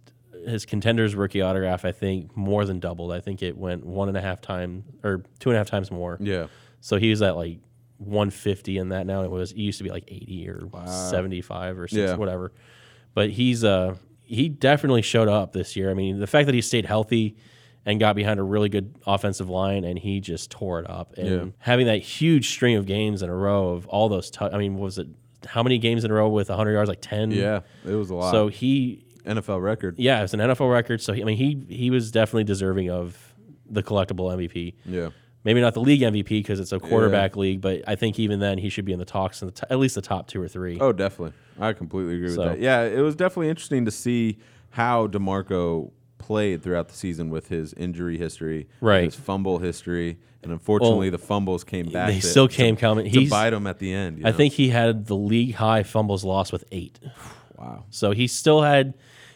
S2: his contenders rookie autograph, I think, more than doubled. I think it went one and a half times or two and a half times more.
S1: Yeah.
S2: So he was at like 150 in that now. It was it used to be like 80 or 75 or 60,
S1: Yeah.
S2: whatever. But he's uh he definitely showed up this year. I mean, the fact that he stayed healthy and got behind a really good offensive line and he just tore it up. And
S1: Yeah.
S2: having that huge string of games in a row of all those tou- I mean, what was it how many games in a row with 100 yards like 10?
S1: Yeah. It was a lot. So
S2: So he
S1: NFL record.
S2: yeah, it's an NFL record, so he, I mean, he he was definitely deserving of the collectible MVP
S1: Yeah.
S2: maybe not the league MVP because it's a quarterback league, but I think even then he should be in the talks in the t- at least the top two or three.
S1: Oh, definitely. I completely agree
S2: So-
S1: with that. Yeah, it was definitely interesting to see how DeMarco played throughout the season with his injury history,
S2: Right.
S1: his fumble history, and unfortunately the fumbles came back.
S2: they
S1: to-
S2: still
S1: to-
S2: came coming.
S1: to
S2: He's,
S1: bite him at the end. you
S2: I
S1: know?
S2: think he had the league high fumbles lost with eight.
S1: Wow.
S2: So he still had,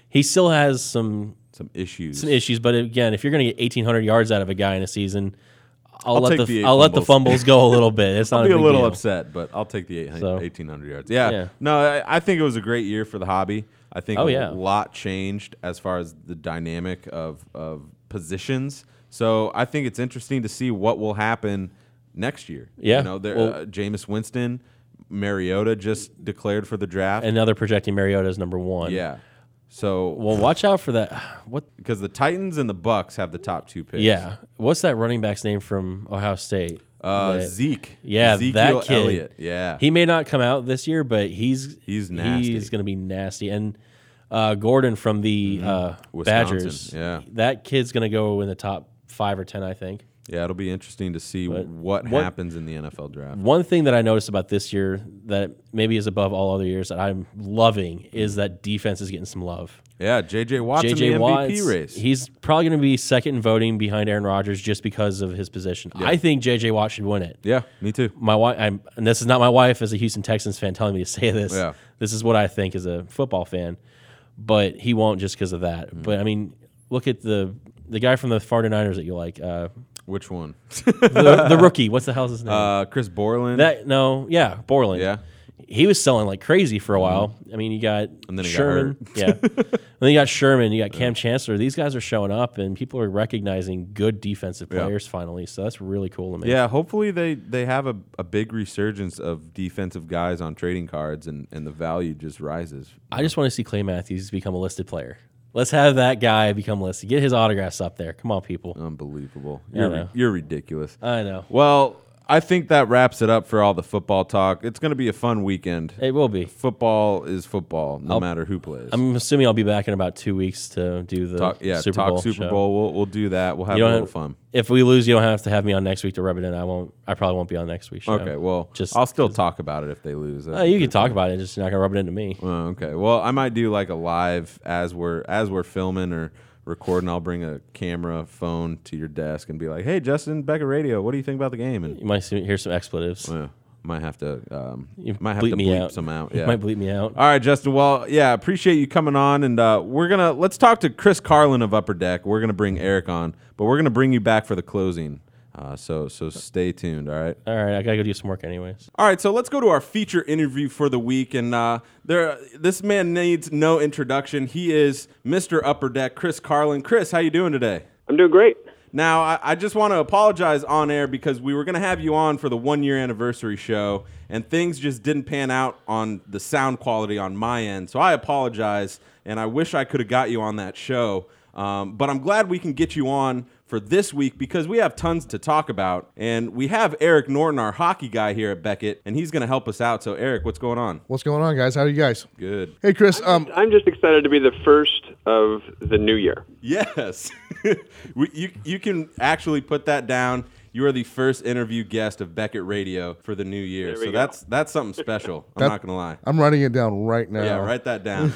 S2: he still has some
S1: Some issues.
S2: some issues. But again, if you're going to get 1800 yards out of a guy in a season, I'll,
S1: I'll
S2: let
S1: take
S2: the,
S1: the eight
S2: I'll let the
S1: fumbles.
S2: fumbles go a little bit. It's not
S1: I'll be a
S2: big
S1: little
S2: deal.
S1: upset, but I'll take the 800,
S2: So-
S1: 1800 yards. Yeah.
S2: Yeah.
S1: No, I, I think it was a great year for the hobby. I think
S2: Oh,
S1: a
S2: yeah.
S1: lot changed as far as the dynamic of, of positions. So I think it's interesting to see what will happen next year.
S2: Yeah.
S1: You know, there,
S2: Well-
S1: uh, Jameis Winston, Mariota just declared for the draft.
S2: And now they're projecting Mariota as number one.
S1: yeah. So,
S2: Well, watch out for that. What?
S1: because the Titans and the Bucks have the top two picks.
S2: Yeah. What's that running back's name from Ohio State?
S1: Uh,
S2: That-
S1: Zeke.
S2: Yeah,
S1: Ezekiel
S2: that kid.
S1: Elliott. Yeah.
S2: He may not come out this year, but he's
S1: He's nasty. Mm-hmm.
S2: He's going to be nasty. And uh, Gordon from the uh,
S1: Wisconsin,
S2: Badgers,
S1: yeah.
S2: that kid's going to go in the top five or ten, I think.
S1: yeah, it'll be interesting to see what,
S2: what-
S1: happens in the NFL draft.
S2: One thing that I noticed about this year that maybe is above all other years that I'm loving is that defense is getting some love.
S1: Yeah, JJ Watt in the
S2: JJ
S1: MVP
S2: Watts,
S1: race.
S2: he's probably going to be second in voting behind Aaron Rodgers just because of his position. I think JJ Watt should win it.
S1: yeah, me too.
S2: my wife, I'm, and this is not my wife as a Houston Texans fan telling me to say this.
S1: Yeah.
S2: This is what I think as a football fan, but he won't just because of that.
S1: Mm.
S2: But I mean, look at the the guy from the 49ers that you like, uh,
S1: Which one?
S2: the, the rookie. What's the hell's his name?
S1: uh, Chris Borland.
S2: that no, yeah, Borland.
S1: yeah, Mm-hmm.
S2: He was selling like crazy for a while. I mean, you got
S1: then he got
S2: Sherman. yeah. And then you got Sherman, you got Cam Chancellor. These guys are showing up and people are recognizing good defensive players finally. So that's really cool to me.
S1: yeah. Hopefully they they have a, a big resurgence of defensive guys on trading cards, and and the value just rises.
S2: I just want to see Clay Matthews become a listed player. Let's have that guy become listed. Get his autographs up there. Come on, people.
S1: Unbelievable.
S2: I
S1: You're
S2: know.
S1: you're ridiculous.
S2: I know.
S1: Well, I think that wraps it up for all the football talk. It's going to be a fun weekend.
S2: It will be.
S1: Football is football, no matter who plays.
S2: I'm assuming I'll be back in about two weeks to do the
S1: talk, yeah,
S2: Super
S1: talk
S2: Bowl.
S1: Super
S2: show.
S1: Bowl. We'll, we'll do that. We'll have
S2: You
S1: a
S2: don't
S1: little
S2: have-
S1: fun.
S2: If we lose, you don't have to have me on next week to rub it in. I won't. I probably won't be on next week's show.
S1: Okay, well,
S2: just-
S1: I'll still talk about it if they lose.
S2: Uh, you can talk about it. Just you're not gonna rub it into me.
S1: Oh, okay. Well, I might do like a live as we're as we're filming or recording. I'll bring a camera phone to your desk and be like, "Hey, Justin Becker Radio, what do you think about the game?" And
S2: You might see, hear some expletives.
S1: uh, might have to um,
S2: You
S1: might have
S2: bleep
S1: to
S2: me
S1: bleep
S2: out.
S1: some out.
S2: You
S1: Yeah.
S2: might bleep me out.
S1: All right, Justin. Well, yeah, appreciate you coming on, and uh, we're gonna let's talk to Chris Carlin of Upper Deck. We're gonna bring Eric on, but we're gonna bring you back for the closing. Uh, so so stay tuned. All right.
S2: All right, I gotta go do some work anyways.
S1: All right, so let's go to our feature interview for the week, and uh, there, this man needs no introduction. He is Mr. Upper Deck, Chris Carlin. Chris, how you doing today?
S3: I'm doing great.
S1: Now, I, I just want to apologize on air because we were going to have you on for the one year anniversary show, and things just didn't pan out on the sound quality on my end. So I apologize, and I wish I could have got you on that show. Um, but I'm glad we can get you on for this week because we have tons to talk about. And we have Eric Norton, our hockey guy here at Beckett, and he's going to help us out. So, Eric, what's going on?
S4: What's going on, guys? How are you guys?
S1: Good.
S4: Hey, Chris. Um,
S3: I'm just excited to be the first of the new year.
S1: Yes. We- you, you can actually put that down. You are the first interview guest of Beckett Radio for the new year.
S3: There
S1: So
S3: we go.
S1: that's that's something special. I'm
S4: That-
S1: not going to lie.
S4: I'm writing it down right now.
S1: Yeah, write that down.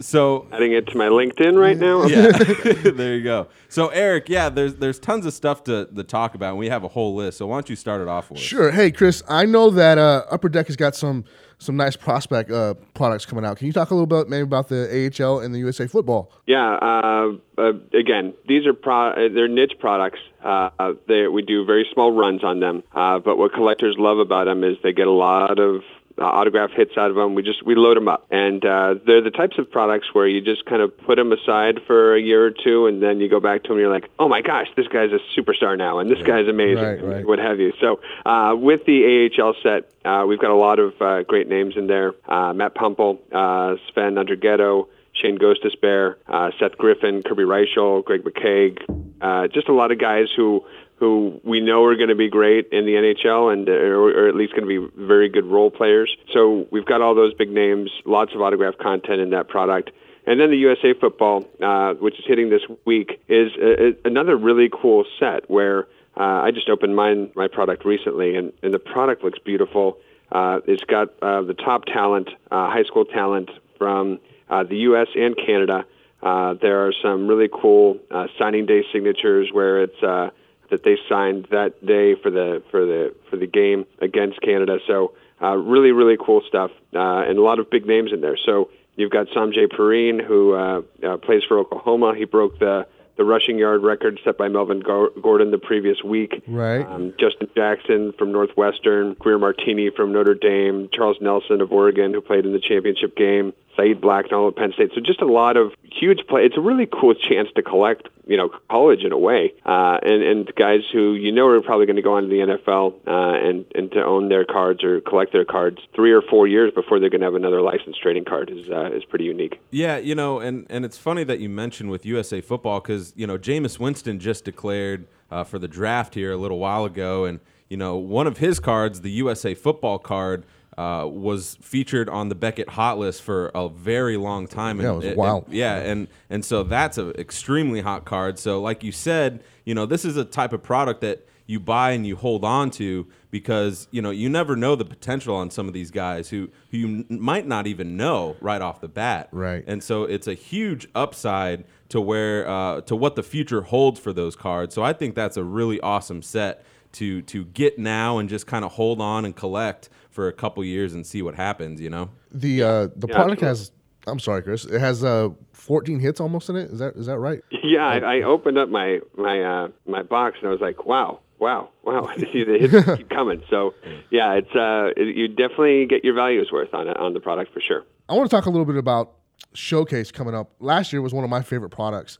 S1: so
S3: Adding it to my LinkedIn right now.
S1: yeah, there you go. So Eric, yeah, there's there's tons of stuff to, to talk about. And we have a whole list. So why don't you start it off with?
S4: Sure. Hey, Chris. I know that uh, Upper Deck has got some some nice prospect uh, products coming out. Can you talk a little bit maybe about the AHL and the USA football?
S3: Yeah. Uh, uh, again, these are pro- uh, they're niche products. Uh, uh, they, we do very small runs on them. Uh, but what collectors love about them is they get a lot of uh, autograph hits out of them. We just we load them up, and uh, they're the types of products where you just kind of put them aside for a year or two, and then you go back to them. and You're like, oh my gosh, this guy's a superstar now, and this guy's amazing.
S4: Right, right.
S3: what have you. So uh, with the AHL set, uh, we've got a lot of uh, great names in there. Uh, Matt Pumple, uh, Sven Underghetto, Shane Ghost Bear, uh, Seth Griffin, Kirby Reichel, Greg McCaig, uh, just a lot of guys who who we know are going to be great in the NHL and uh, or, or at least going to be very good role players. So we've got all those big names, lots of autograph content in that product. And then the USA football, uh, which is hitting this week, is uh another really cool set where uh, I just opened mine, my product recently, and, and the product looks beautiful. Uh, it's got uh, the top talent, uh, high school talent from uh, the U.S. and Canada. Uh, there are some really cool uh, signing day signatures where it's uh, that they signed that day for the for the for the game against Canada. So uh, really really cool stuff uh, and a lot of big names in there. So you've got Samjay Perrine who uh, uh, plays for Oklahoma. He broke the the rushing yard record set by Melvin Gor- Gordon the previous week.
S4: Right.
S3: Um, Justin Jackson from Northwestern, Greer Martini from Notre Dame, Charles Nelson of Oregon, who played in the championship game, Saeed Blacknell of Penn State. So just a lot of huge play. It's a really cool chance to collect, you know, college in a way, uh, and and guys who you know are probably going to go on to the NFL uh, and and to own their cards or collect their cards three or four years before they're going to have another licensed trading card is uh, is pretty unique.
S1: Yeah, you know, and, and it's funny that you mentioned with USA football because, you know, Jameis Winston just declared uh, for the draft here a little while ago. And, you know, one of his cards, the USA football card, uh, was featured on the Beckett hot list for a very long time.
S4: Yeah, it
S1: And
S4: was wild.
S1: yeah, and, and so that's an extremely hot card. So, like you said, you know, this is a type of product that you buy and you hold on to because you know you never know the potential on some of these guys who who you n- might not even know right off the bat
S4: Right.
S1: and so it's a huge upside to where uh, to what the future holds for those cards so i think that's a really awesome set to to get now and just kind of hold on and collect for a couple years and see what happens you know
S4: The uh, the product has. I'm sorry, Chris. It has uh, 14 hits almost in it. Is that is that right?
S3: Yeah, I, I opened up my my uh, my box and I was like, wow, wow, wow. I see the hits keep coming. So yeah, it's uh, it, you definitely get your values worth on it on the product for sure.
S4: I want to talk a little bit about Showcase coming up. Last year was one of my favorite products.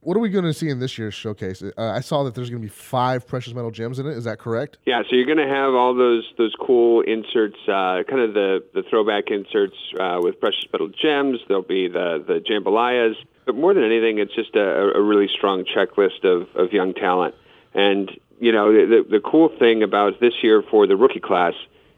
S4: What are we going to see in this year's showcase? Uh, I saw that there's going to be five precious metal gems in it. Is that correct?
S3: Yeah, so you're going to have all those those cool inserts, uh, kind of the, the throwback inserts uh, with precious metal gems. There'll be the the jambalayas, but more than anything, it's just a, a really strong checklist of, of young talent. And you know, the, the, the cool thing about this year for the rookie class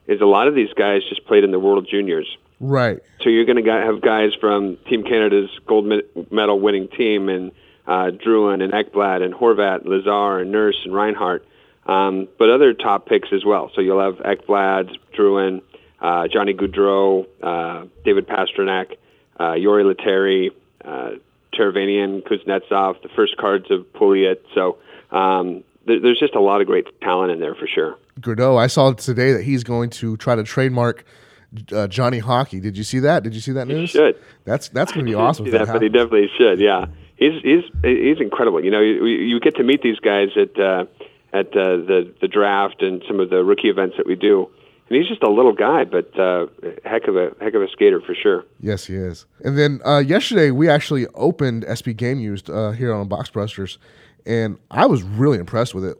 S3: is a lot of these guys just played in the World Juniors.
S4: Right.
S3: So you're going to have guys from Team Canada's gold me- medal winning team and uh, Druin and Ekblad and Horvat, Lazar and Nurse and Reinhardt, um, but other top picks as well. So you'll have Ekblad, Druin, uh, Johnny Goudreau, uh, David Pasternak, uh, Yori Letary, uh, Teravanian, Kuznetsov, the first cards of Pouliot. So um, there, there's just a lot of great talent in there for sure.
S4: Gourdeau, I saw today that he's going to try to trademark uh, Johnny Hockey. Did you see that? Did you see that
S3: He
S4: news?
S3: should.
S4: That's that's going to be
S3: He didn't
S4: awesome.
S3: do
S4: if
S3: that,
S4: that
S3: but he
S4: happens.
S3: definitely should. Yeah, he's he's he's incredible. You know, you, you get to meet these guys at uh, at uh, the the draft and some of the rookie events that we do, and he's just a little guy, but uh, heck of a heck of a skater for sure.
S4: Yes, he is. And then uh, yesterday we actually opened SB Game Used uh, here on Box Busters, and I was really impressed with it.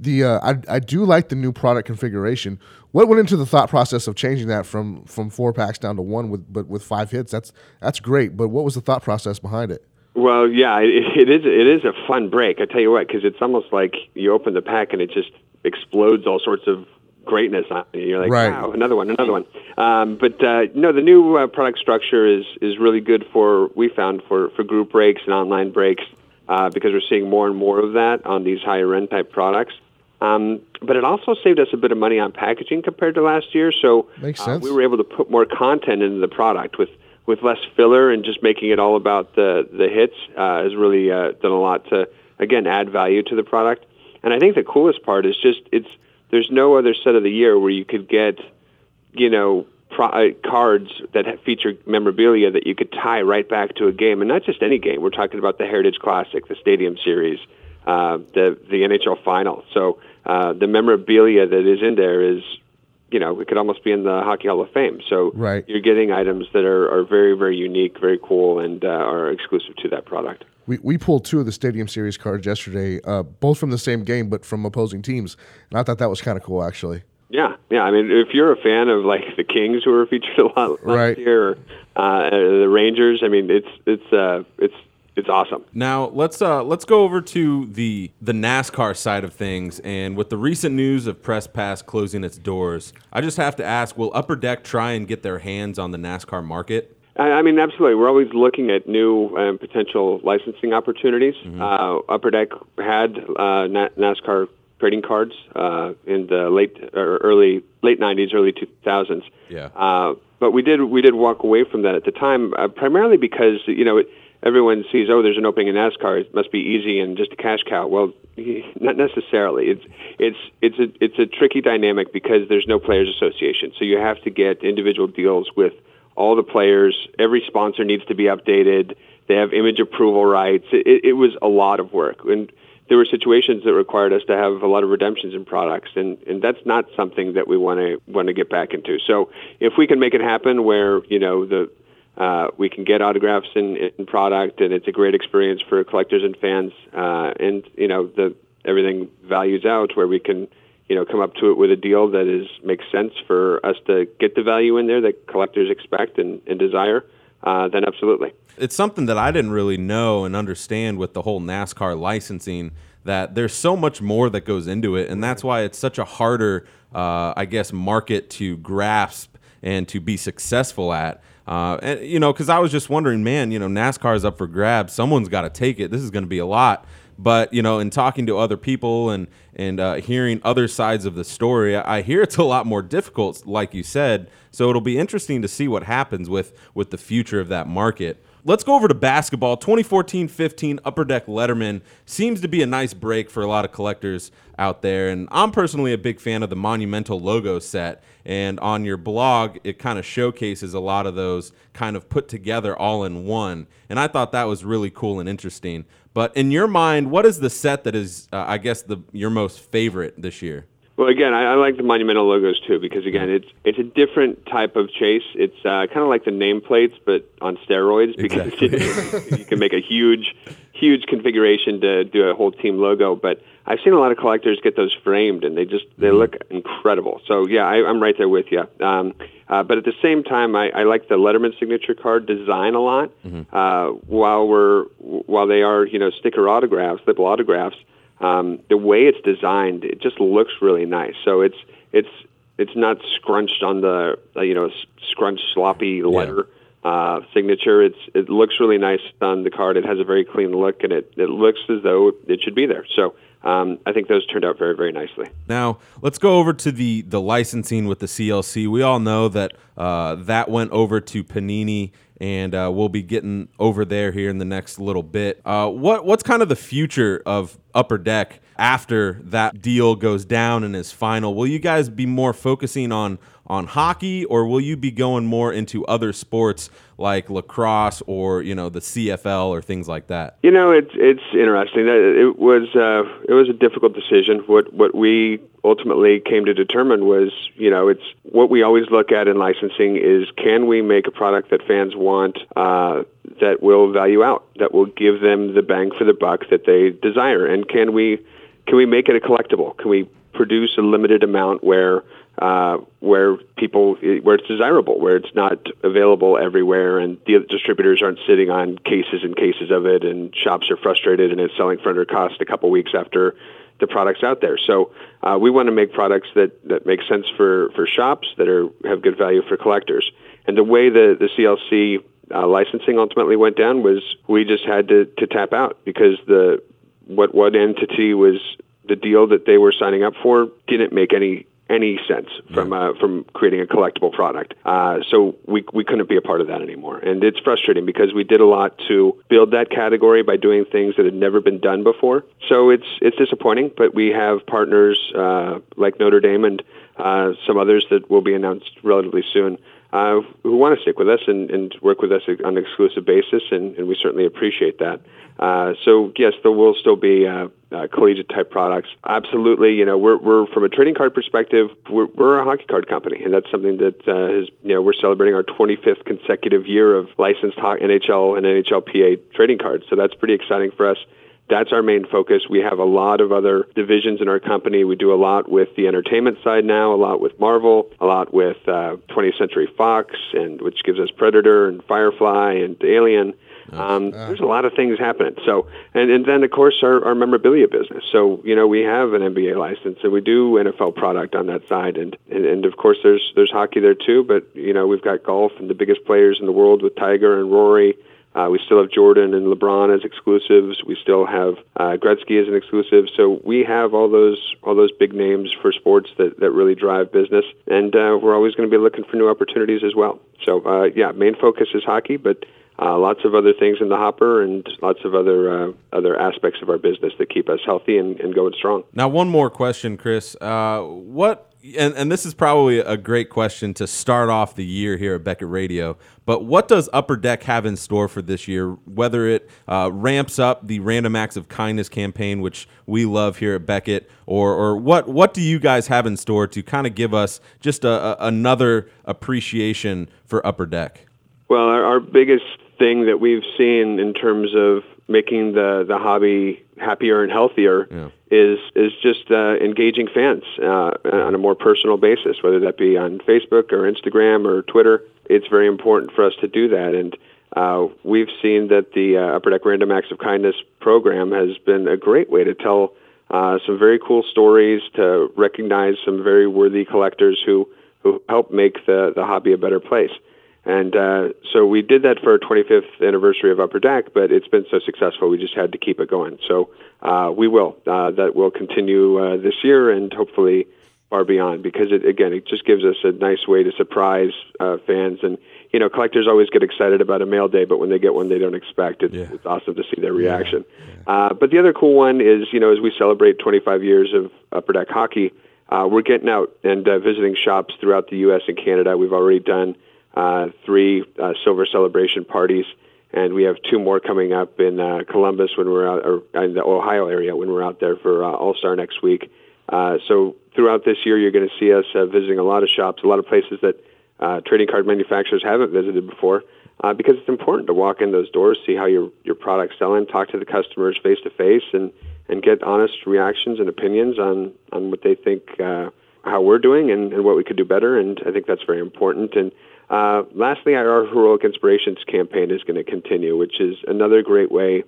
S4: The uh, I, I do like the new product configuration. What went into the thought process of changing that from from four packs down to one with but with five hits? That's that's great. But what was the thought process behind it?
S3: Well, yeah, it, it is. It is a fun break. I tell you what, because it's almost like you open the pack and it just explodes all sorts of greatness on you. You're like,
S4: Right.
S3: wow, another one, another one. Um, but uh, no, the new uh, product structure is is really good for we found for for group breaks and online breaks uh, because we're seeing more and more of that on these higher end type products. Um, but it also saved us a bit of money on packaging compared to last year. So
S4: Makes
S3: uh,
S4: sense.
S3: we were able to put more content into the product with with less filler and just making it all about the the hits uh, has really uh, done a lot to again add value to the product. And I think the coolest part is just it's there's no other set of the year where you could get you know pro- uh, cards that ha- feature memorabilia that you could tie right back to a game, and not just any game. We're talking about the Heritage Classic, the Stadium Series, uh, the the NHL Final. So uh, the memorabilia that is in there is, you know, it could almost be in the Hockey Hall of Fame. So
S4: Right.
S3: you're getting items that are, are very very unique, very cool, and uh, are exclusive to that product.
S4: We, we pulled two of the Stadium Series cards yesterday, uh, both from the same game but from opposing teams, and I thought that was kind of cool actually.
S3: Yeah, yeah. I mean, if you're a fan of like the Kings, who were featured a lot last
S4: Right.
S3: year, or, uh, the Rangers, I mean, it's it's uh, it's it's awesome.
S1: Now let's uh, let's go over to the the NASCAR side of things, and with the recent news of Press Pass closing its doors, I just have to ask: Will Upper Deck try and get their hands on the NASCAR market?
S3: I, I mean, absolutely. We're always looking at new um, potential licensing opportunities. Uh, Upper Deck had uh, Na- NASCAR trading cards uh, in the late or early late '90s, early 2000s.
S1: Yeah.
S3: Uh, but we did we did walk away from that at the time, uh, primarily because you know. It, Everyone sees, oh, there's an opening in NASCAR. It must be easy and just a cash cow. Well, not necessarily. It's it's it's a it's a tricky dynamic because there's no players association, so you have to get individual deals with all the players. Every sponsor needs to be updated. They have image approval rights. It, it, it was a lot of work, and there were situations that required us to have a lot of redemptions in products, and, and that's not something that we want to want to get back into. So if we can make it happen, where you know the uh, we can get autographs in, in product, and it's a great experience for collectors and fans, uh, and you know the everything values out where we can you know, come up to it with a deal that is makes sense for us to get the value in there that collectors expect and, and desire, uh, then absolutely.
S1: it's something that I didn't really know and understand with the whole NASCAR licensing that there's so much more that goes into it, and that's why it's such a harder, uh, I guess, market to grasp and to be successful at. Uh, and you know, because I was just wondering, man, you know, NASCAR's up for grabs. Someone's got to take it. This is going to be a lot. But you know, in talking to other people and and uh, hearing other sides of the story, I I hear it's a lot more difficult, like you said. So it'll be interesting to see what happens with with the future of that market. Let's go over to basketball. 2014-15 Upper Deck Letterman seems to be a nice break for a lot of collectors out there, and I'm personally a big fan of the Monumental logo set. And on your blog, it kind of showcases a lot of those kind of put together all in one, and I thought that was really cool and interesting. But in your mind, what is the set that is, uh, I guess, the your most favorite this year?
S3: Well, again, I, I like the monumental logos too because again, it's it's a different type of chase. It's uh, kind of like the nameplates, but on steroids because you can make a huge, huge configuration to do a whole team logo. But I've seen a lot of collectors get those framed, and they just they look incredible. So yeah, I, I'm right there with you. Um, uh, but at the same time, I, I like the Letterman signature card design a lot. Uh, while we're while they are you know sticker autographs, label autographs. um, the way it's designed, it just looks really nice. So it's it's it's not scrunched on the uh, you know s- scrunched sloppy letter uh, signature. It's it looks really nice on the card. It has a very clean look, and it it looks as though it should be there. So um, I think those turned out very very nicely.
S1: Now let's go over to the the licensing with the CLC. We all know that uh, that went over to Panini, and uh, we'll be getting over there here in the next little bit. Uh, what what's kind of the future of Upper Deck after that deal goes down and is final? Will you guys be more focusing on on hockey, or will you be going more into other sports like lacrosse or you know the CFL or things like that?
S3: You know, it's it's interesting. Uh, It was uh, it was a difficult decision. What what we ultimately came to determine was, you know, it's what we always look at in licensing is can we make a product that fans want uh, that will value out, that will give them the bang for the buck that they desire, and can we can we make it a collectible? Can we produce a limited amount where uh, where people where it's desirable, where it's not available everywhere, and the distributors aren't sitting on cases and cases of it, and shops are frustrated, and it's selling for under cost a couple weeks after the product's out there. So uh, we want to make products that that make sense for for shops that are have good value for collectors, and the way the the CLC. Uh, licensing ultimately went down was we just had to, to tap out because the what one entity was the deal that they were signing up for didn't make any any sense from uh, from creating a collectible product. Uh, so we we couldn't be a part of that anymore, and it's frustrating because we did a lot to build that category by doing things that had never been done before. So it's it's disappointing, but we have partners uh, like Notre Dame and uh, some others that will be announced relatively soon. Uh, who want to stick with us and, and work with us on an exclusive basis, and, and we certainly appreciate that. Uh, so yes, there will still be uh, uh, collegiate type products. Absolutely, you know we're, we're from a trading card perspective, we're, we're a hockey card company, and that's something that uh, is you know we're celebrating our 25th consecutive year of licensed ho- NHL and NHLPA trading cards. So that's pretty exciting for us. That's our main focus. We have a lot of other divisions in our company. We do a lot with the entertainment side now, a lot with Marvel, a lot with uh, 20th Century Fox, and which gives us Predator and Firefly and Alien. Um, there's a lot of things happening. So, and, and then of course our, our memorabilia business. So, you know, we have an NBA license and we do NFL product on that side, and, and and of course there's there's hockey there too. But you know, we've got golf and the biggest players in the world with Tiger and Rory. Uh, we still have Jordan and LeBron as exclusives. We still have uh, Gretzky as an exclusive. So we have all those all those big names for sports that, that really drive business, and uh, we're always going to be looking for new opportunities as well. So uh, yeah, main focus is hockey, but uh, lots of other things in the hopper, and lots of other uh, other aspects of our business that keep us healthy and, and going strong.
S1: Now, one more question, Chris. Uh, what, and, and this is probably a great question to start off the year here at Beckett Radio, but what does Upper Deck have in store for this year? Whether it uh, ramps up the Random Acts of Kindness campaign, which we love here at Beckett, or, or what, what do you guys have in store to kind of give us just a, a, another appreciation for Upper Deck?
S3: Well, our, our biggest thing that we've seen in terms of making the, the hobby happier and healthier is is just uh, engaging fans uh, on a more personal basis, whether that be on Facebook or Instagram or Twitter. It's very important for us to do that, and uh, we've seen that the uh, Upper Deck Random Acts of Kindness program has been a great way to tell uh, some very cool stories, to recognize some very worthy collectors who who help make the the hobby a better place. And uh, so we did that for our 25th anniversary of Upper Deck, but it's been so successful, we just had to keep it going. So uh, we will. Uh, that will continue uh, this year and hopefully far beyond because, it, again, it just gives us a nice way to surprise uh, fans. And, you know, collectors always get excited about a mail day, but when they get one they don't expect, it's, it's awesome to see their reaction. Uh, but the other cool one is, you know, as we celebrate 25 years of Upper Deck hockey, uh, we're getting out and uh, visiting shops throughout the U.S. and Canada. We've already done uh, three uh, silver celebration parties, and we have two more coming up in uh, Columbus when we're out, or in the Ohio area when we're out there for uh, All Star next week. Uh, so throughout this year, you're going to see us uh, visiting a lot of shops, a lot of places that uh, trading card manufacturers haven't visited before, uh, because it's important to walk in those doors, see how your your product's selling, talk to the customers face to face, and and get honest reactions and opinions on on what they think uh, how we're doing and, and what we could do better. And I think that's very important. And uh, lastly, our Heroic Inspirations campaign is going to continue, which is another great way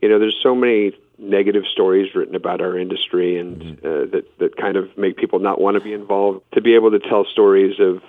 S3: you know, there's so many negative stories written about our industry and uh, that that kind of make people not want to be involved. To be able to tell stories of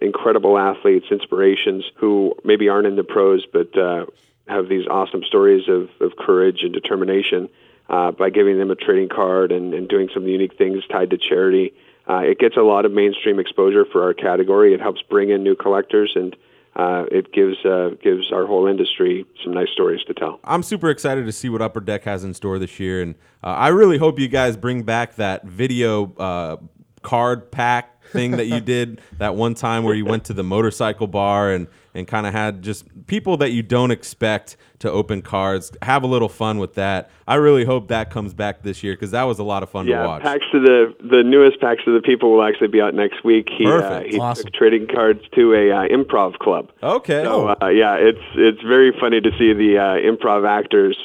S3: incredible athletes, inspirations who maybe aren't in the pros, but uh, have these awesome stories of, of courage and determination uh, by giving them a trading card and, and doing some unique things tied to charity. Uh, it gets a lot of mainstream exposure for our category. It helps bring in new collectors and uh, it gives uh, gives our whole industry some nice stories to tell.
S1: I'm super excited to see what Upper Deck has in store this year, and uh, I really hope you guys bring back that video uh, card pack thing that you did that one time where you went to the motorcycle bar and and kind of had just people that you don't expect to open cards have a little fun with that. I really hope that comes back this year because that was a lot of fun to
S3: Yeah,
S1: watch.
S3: packs to the the newest packs to the people will actually be out next week. He, uh,
S1: Perfect.
S3: he
S2: Awesome.
S3: took trading cards to a uh, improv club.
S1: okay.
S3: So uh, yeah, it's it's very funny to see the uh, improv actors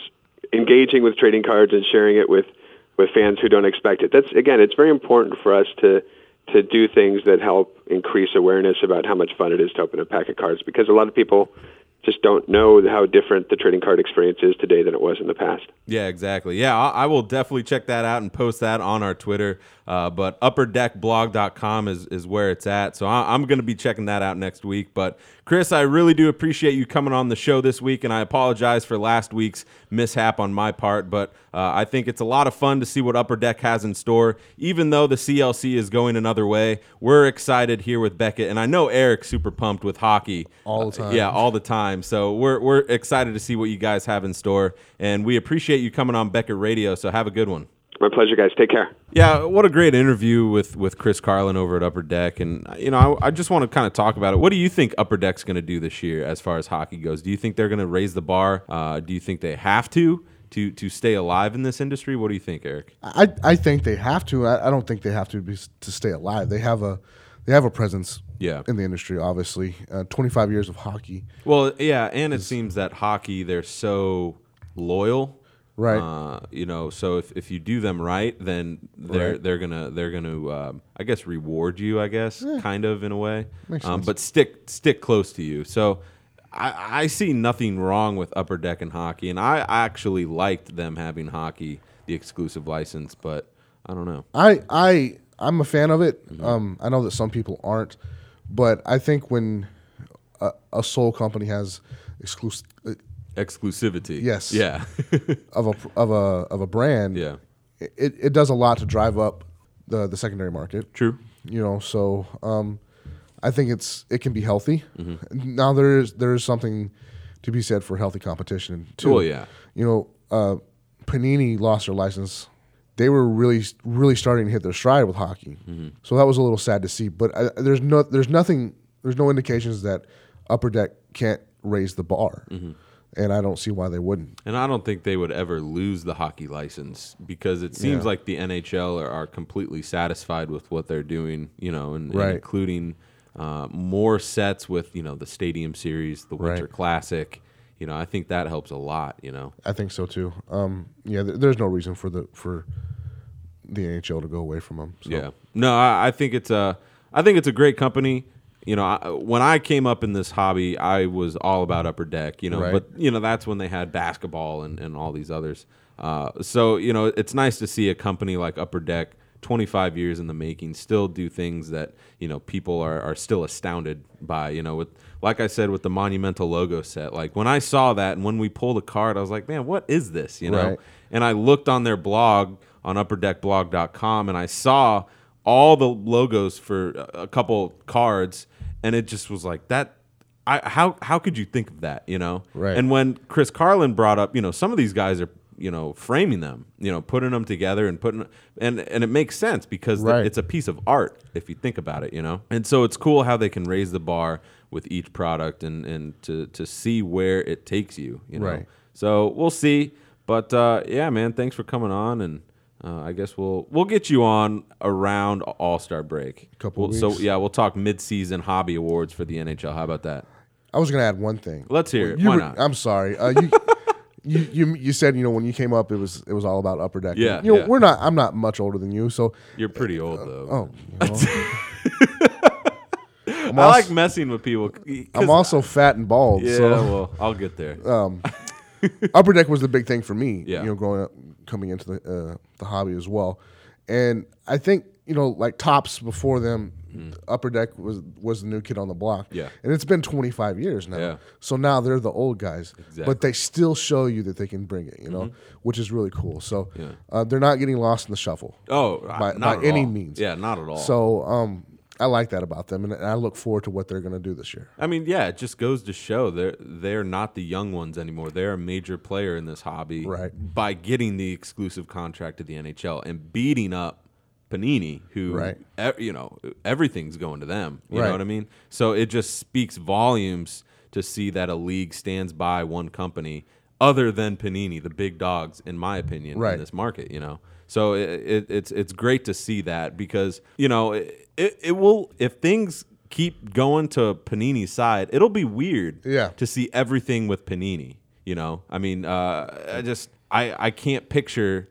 S3: engaging with trading cards and sharing it with with fans who don't expect it. That's again, it's very important for us to to do things that help increase awareness about how much fun it is to open a pack of cards because a lot of people just don't know how different the trading card experience is today than it was in the past.
S1: Yeah, exactly. Yeah, I, I will definitely check that out and post that on our Twitter. Uh, but upperdeckblog.com is, is where it's at. So I, I'm going to be checking that out next week. But Chris, I really do appreciate you coming on the show this week. And I apologize for last week's mishap on my part. But uh, I think it's a lot of fun to see what Upper Deck has in store. Even though the CLC is going another way, we're excited here with Beckett. And I know Eric's super pumped with hockey.
S4: All the
S1: Uh,
S4: time.
S1: yeah, all the time. So we're we're excited to see what you guys have in store, and we appreciate you coming on Beckett Radio. So have a good one.
S3: My pleasure, guys. Take care.
S1: Yeah, what a great interview with with Chris Carlin over at Upper Deck, and you know I, I just want to kind of talk about it. What do you think Upper Deck's going to do this year as far as hockey goes? Do you think they're going to raise the bar? Uh, do you think they have to to to stay alive in this industry? What do you think, Eric?
S4: I, I think they have to. I, I don't think they have to be, to stay alive. They have a they have a presence
S1: Yeah.
S4: in the industry. Obviously, uh, twenty five years of hockey.
S1: Well, yeah, and it seems that hockey they're so loyal,
S4: Right.
S1: Uh, you know, so if, if you do them right, then they're they're gonna they're gonna um, I guess reward you. I guess kind of in a way,
S4: Makes
S1: um,
S4: sense.
S1: but stick stick close to you. So. I, I see nothing wrong with upper deck and hockey, and I actually liked them having hockey, the exclusive license, but I don't know.
S4: I I I'm a fan of it.
S1: Mm-hmm.
S4: Um, I know that some people aren't, but I think when a, a sole company has exclusive
S1: Exclusivity.
S4: Yes.
S1: Yeah.
S4: of a of a of a brand,
S1: yeah.
S4: it, it does a lot to drive up the the secondary market.
S1: True.
S4: you know so um, i think it's it can be healthy now there is there is something to be said for healthy competition too
S1: Well, yeah.
S4: you know uh, panini lost their license they were really really starting to hit their stride with hockey so that was a little sad to see but I, there's no there's nothing there's no indications that upper deck can't raise the bar and i don't see why they wouldn't
S1: And I don't think they would ever lose the hockey license because it seems like the NHL are, are completely satisfied with what they're doing, you know, and, and
S4: Right.
S1: including uh, more sets with, you know, the Stadium Series, the Winter
S4: Right.
S1: Classic. You know, I think that helps a lot, you know.
S4: i think so too um, yeah th- there's no reason for the for the nhl to go away from them so.
S1: Yeah. No, I, I think it's a, I think it's a great company. You know, I, when I came up in this hobby, I was all about Upper Deck. You know,
S4: Right.
S1: but you know that's when they had basketball and, and all these others. Uh, so you know, it's nice to see a company like Upper Deck, 25 years in the making, still do things that you know people are, are still astounded by. You know, with like I said with the monumental logo set, like when I saw that and when we pulled a card, I was like, man, what is this? You know,
S4: Right.
S1: and I looked on their blog on upperdeckblog.com and I saw all the logos for a- a couple cards and it just was like that I how how could you think of that, you know?
S4: Right.
S1: And when Chris Carlin brought up, you know, some of these guys are you know, framing them, you know, putting them together and putting, and and it makes sense because th-
S4: Right.
S1: it's a piece of art if you think about it, you know. And so it's cool how they can raise the bar with each product and and to to see where it takes you, you know.
S4: Right.
S1: So we'll see. But uh, yeah, man, thanks for coming on, and uh, I guess we'll we'll get you on around All Star break.
S4: Couple
S1: We'll-
S4: of
S1: So
S4: weeks.
S1: yeah, we'll talk mid season hobby awards for the NHL. How about that?
S4: I was gonna add one thing.
S1: Let's hear it.
S4: You
S1: Why
S4: were-
S1: not?
S4: I'm sorry. Uh, you, you you you said you know when you came up it was it was all about upper deck.
S1: Yeah,
S4: You know
S1: yeah.
S4: we're not. I'm not much older than you, so
S1: You're pretty old though.
S4: oh. you know. I'm,
S1: I
S4: also,
S1: like messing with people. 'cause-
S4: I'm also fat and bald.
S1: yeah.
S4: So
S1: Well, I'll get there.
S4: Upper Deck was the big thing for me.
S1: Yeah.
S4: you know, growing up, coming into the uh, the hobby as well, and I think you know, like Tops before them, Upper Deck was was the new kid on the block.
S1: Mm-hmm. Yeah.
S4: and it's been 25 years now.
S1: Yeah.
S4: So now they're the old guys,
S1: Exactly. Mm-hmm.
S4: but they still show you that they can bring it. You know, which is really cool. So
S1: Yeah.
S4: uh, they're not getting lost in the shuffle.
S1: Oh,
S4: by-
S1: not
S4: by
S1: at
S4: any
S1: all.
S4: means.
S1: Yeah, not at all.
S4: So um, I like that about them, and I look forward to what they're going to do this year.
S1: I mean, yeah, it just goes to show they're they're not the young ones anymore. They're a major player in this hobby,
S4: Right.
S1: By getting the exclusive contract to the NHL and beating up Panini, who
S4: Right.
S1: e- you know everything's going to them. You
S4: Right.
S1: know what I mean? So it just speaks volumes to see that a league stands by one company other than Panini, the big dogs, in my opinion,
S4: Right.
S1: in this market. You know, so it, it, it's it's great to see that because you know it, it it will if things keep going to Panini's side, it'll be weird.
S4: Yeah.
S1: to see everything with Panini. You know, I mean, uh, I just I I can't picture.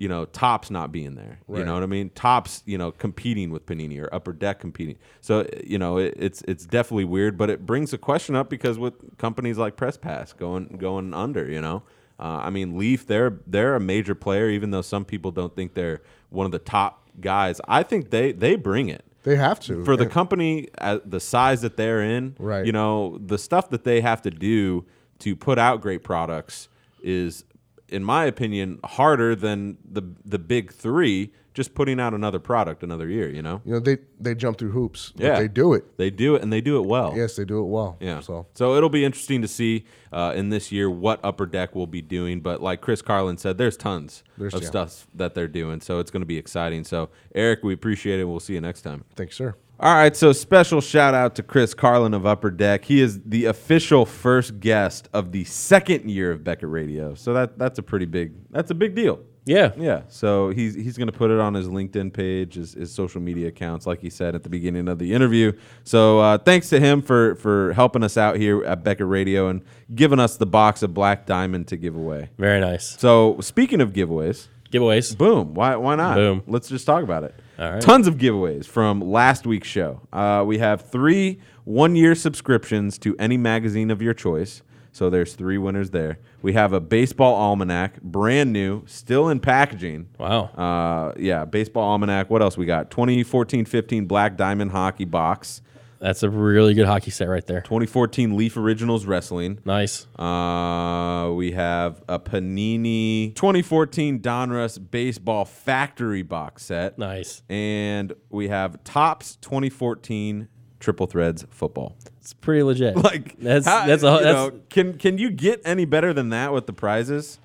S1: You know, tops not being there. You
S4: Right.
S1: know what I mean? Tops, you know, competing with Panini or Upper Deck competing. So you know, it, it's it's definitely weird, but it brings the question up because with companies like Press Pass going going under, you know, uh, I mean, Leaf, they're they're a major player, even though some people don't think they're one of the top guys. I think they they bring it
S4: They have to
S1: for the
S4: And-
S1: company at the size that they're in.
S4: Right.
S1: You know, the stuff that they have to do to put out great products is, in my opinion, harder than the the big three just putting out another product another year. You know,
S4: you know they they jump through hoops. but
S1: Yeah.
S4: they do it.
S1: they do it and they do it well.
S4: Yes, they do it well.
S1: Yeah.
S4: So
S1: it'll be interesting to see uh, in this year what Upper Deck will be doing. But like Chris Carlin said, there's tons
S4: There's-
S1: of
S4: yeah.
S1: stuff that they're doing. So it's going to be exciting. So, Eric, we appreciate it. We'll see you next time.
S4: thanks, sir.
S1: All right, so special shout out to Chris Carlin of Upper Deck. He is the official first guest of the second year of Beckett Radio. So that that's a pretty big that's a big deal.
S2: Yeah.
S1: Yeah. So he's he's going to put it on his LinkedIn page, his, his social media accounts, like he said at the beginning of the interview. So uh, thanks to him for for helping us out here at Beckett Radio and giving us the box of Black Diamond to give away.
S2: Very nice.
S1: So speaking of giveaways,
S2: Giveaways.
S1: Boom. Why, why not?
S2: Boom.
S1: Let's just talk about it.
S2: All right.
S1: Tons of giveaways from last week's show. Uh, we have three one year subscriptions to any magazine of your choice. So there's three winners there. We have a baseball almanac, brand new, still in packaging.
S2: Wow.
S1: Uh, yeah, baseball almanac. What else we got? 2014 15 Black Diamond Hockey Box,
S2: That's a really good hockey set right there.
S1: 2014 Leaf Originals Wrestling.
S2: Nice.
S1: Uh, we have a Panini 2014 Donruss Baseball Factory box set.
S2: Nice.
S1: And we have Tops 2014 Triple Threads Football.
S2: It's pretty legit.
S1: Like
S2: that's
S1: how-
S2: that's a
S1: you
S2: that's
S1: know, can can you get any better than that with the prizes?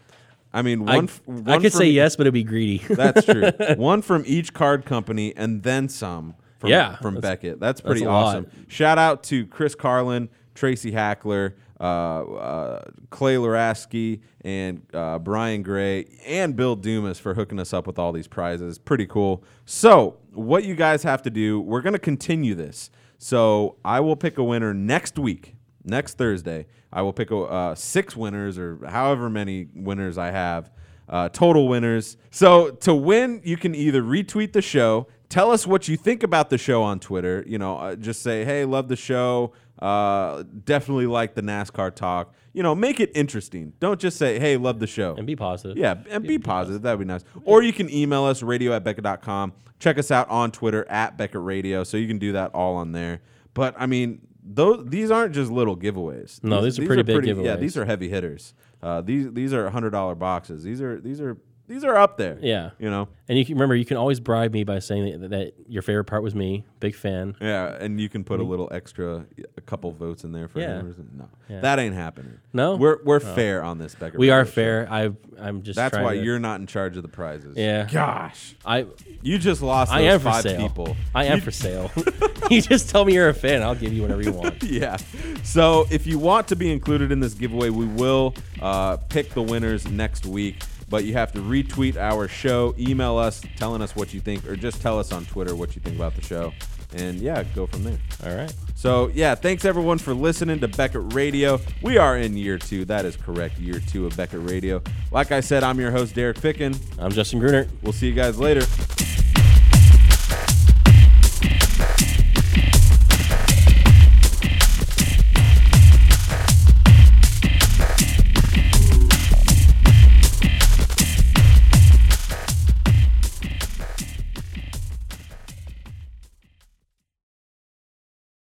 S1: I mean,
S2: I,
S1: one. f- one
S2: I could
S1: from
S2: say
S1: e-
S2: yes, but it'd be greedy.
S1: That's true. one from each card company, and then some. From,
S2: Yeah,
S1: from
S2: that's-
S1: Beckett. That's pretty
S2: a lot.
S1: awesome. Shout out to Chris Carlin, Tracy Hackler, uh, uh, Clay Laraski, and uh, Brian Gray, and Bill Dumas for hooking us up with all these prizes. Pretty cool. So, what you guys have to do, we're going to continue this. So, I will pick a winner next week, next Thursday. I will pick a, uh, six winners or however many winners I have. Uh, total winners. So to win, you can either retweet the show, tell us what you think about the show on Twitter. You know, uh, just say, hey, love the show. Uh, definitely like the NASCAR talk. You know, make it interesting. Don't just say, hey, love the show.
S2: and be positive.
S1: Yeah, and be positive. That'd be nice. Or you can email us, radio at Becca.com. Check us out on Twitter, at Becca Radio. So you can do that all on there. But, I mean, those these aren't just little giveaways.
S2: No, these are pretty big
S1: Yeah,
S2: giveaways.
S1: these are heavy hitters. Uh, these these are hundred dollar boxes. These are these are these are up there.
S2: Yeah.
S1: you know.
S2: And you can remember, you can always bribe me by saying that, that your favorite part was me. Big fan.
S1: Yeah, and you can put a little extra, a couple votes in there for
S2: Yeah.
S1: him. or something. No, that ain't happening.
S2: No? Oh.
S1: we're we're fair on this, Becker.
S2: We are
S1: Radio show.
S2: fair. I I'm just.
S1: That's
S2: trying
S1: why
S2: to-
S1: you're not in charge of the prizes.
S2: Yeah.
S1: Gosh,
S2: I
S1: you just lost.
S2: I
S1: those
S2: am for
S1: five
S2: sale.
S1: people.
S2: I am for sale. you just tell me you're a fan. I'll give you whatever you want.
S1: yeah. So if you want to be included in this giveaway, we will uh, pick the winners next week. But you have to retweet our show, email us telling us what you think, or just tell us on Twitter what you think about the show. And yeah, go from there.
S2: All right.
S1: So, yeah, thanks everyone for listening to Beckett Radio. We are in year two. That is correct, year two of Beckett Radio. Like I said, I'm your host, Derek Picken.
S2: I'm Justin Gruner.
S1: We'll see you guys later.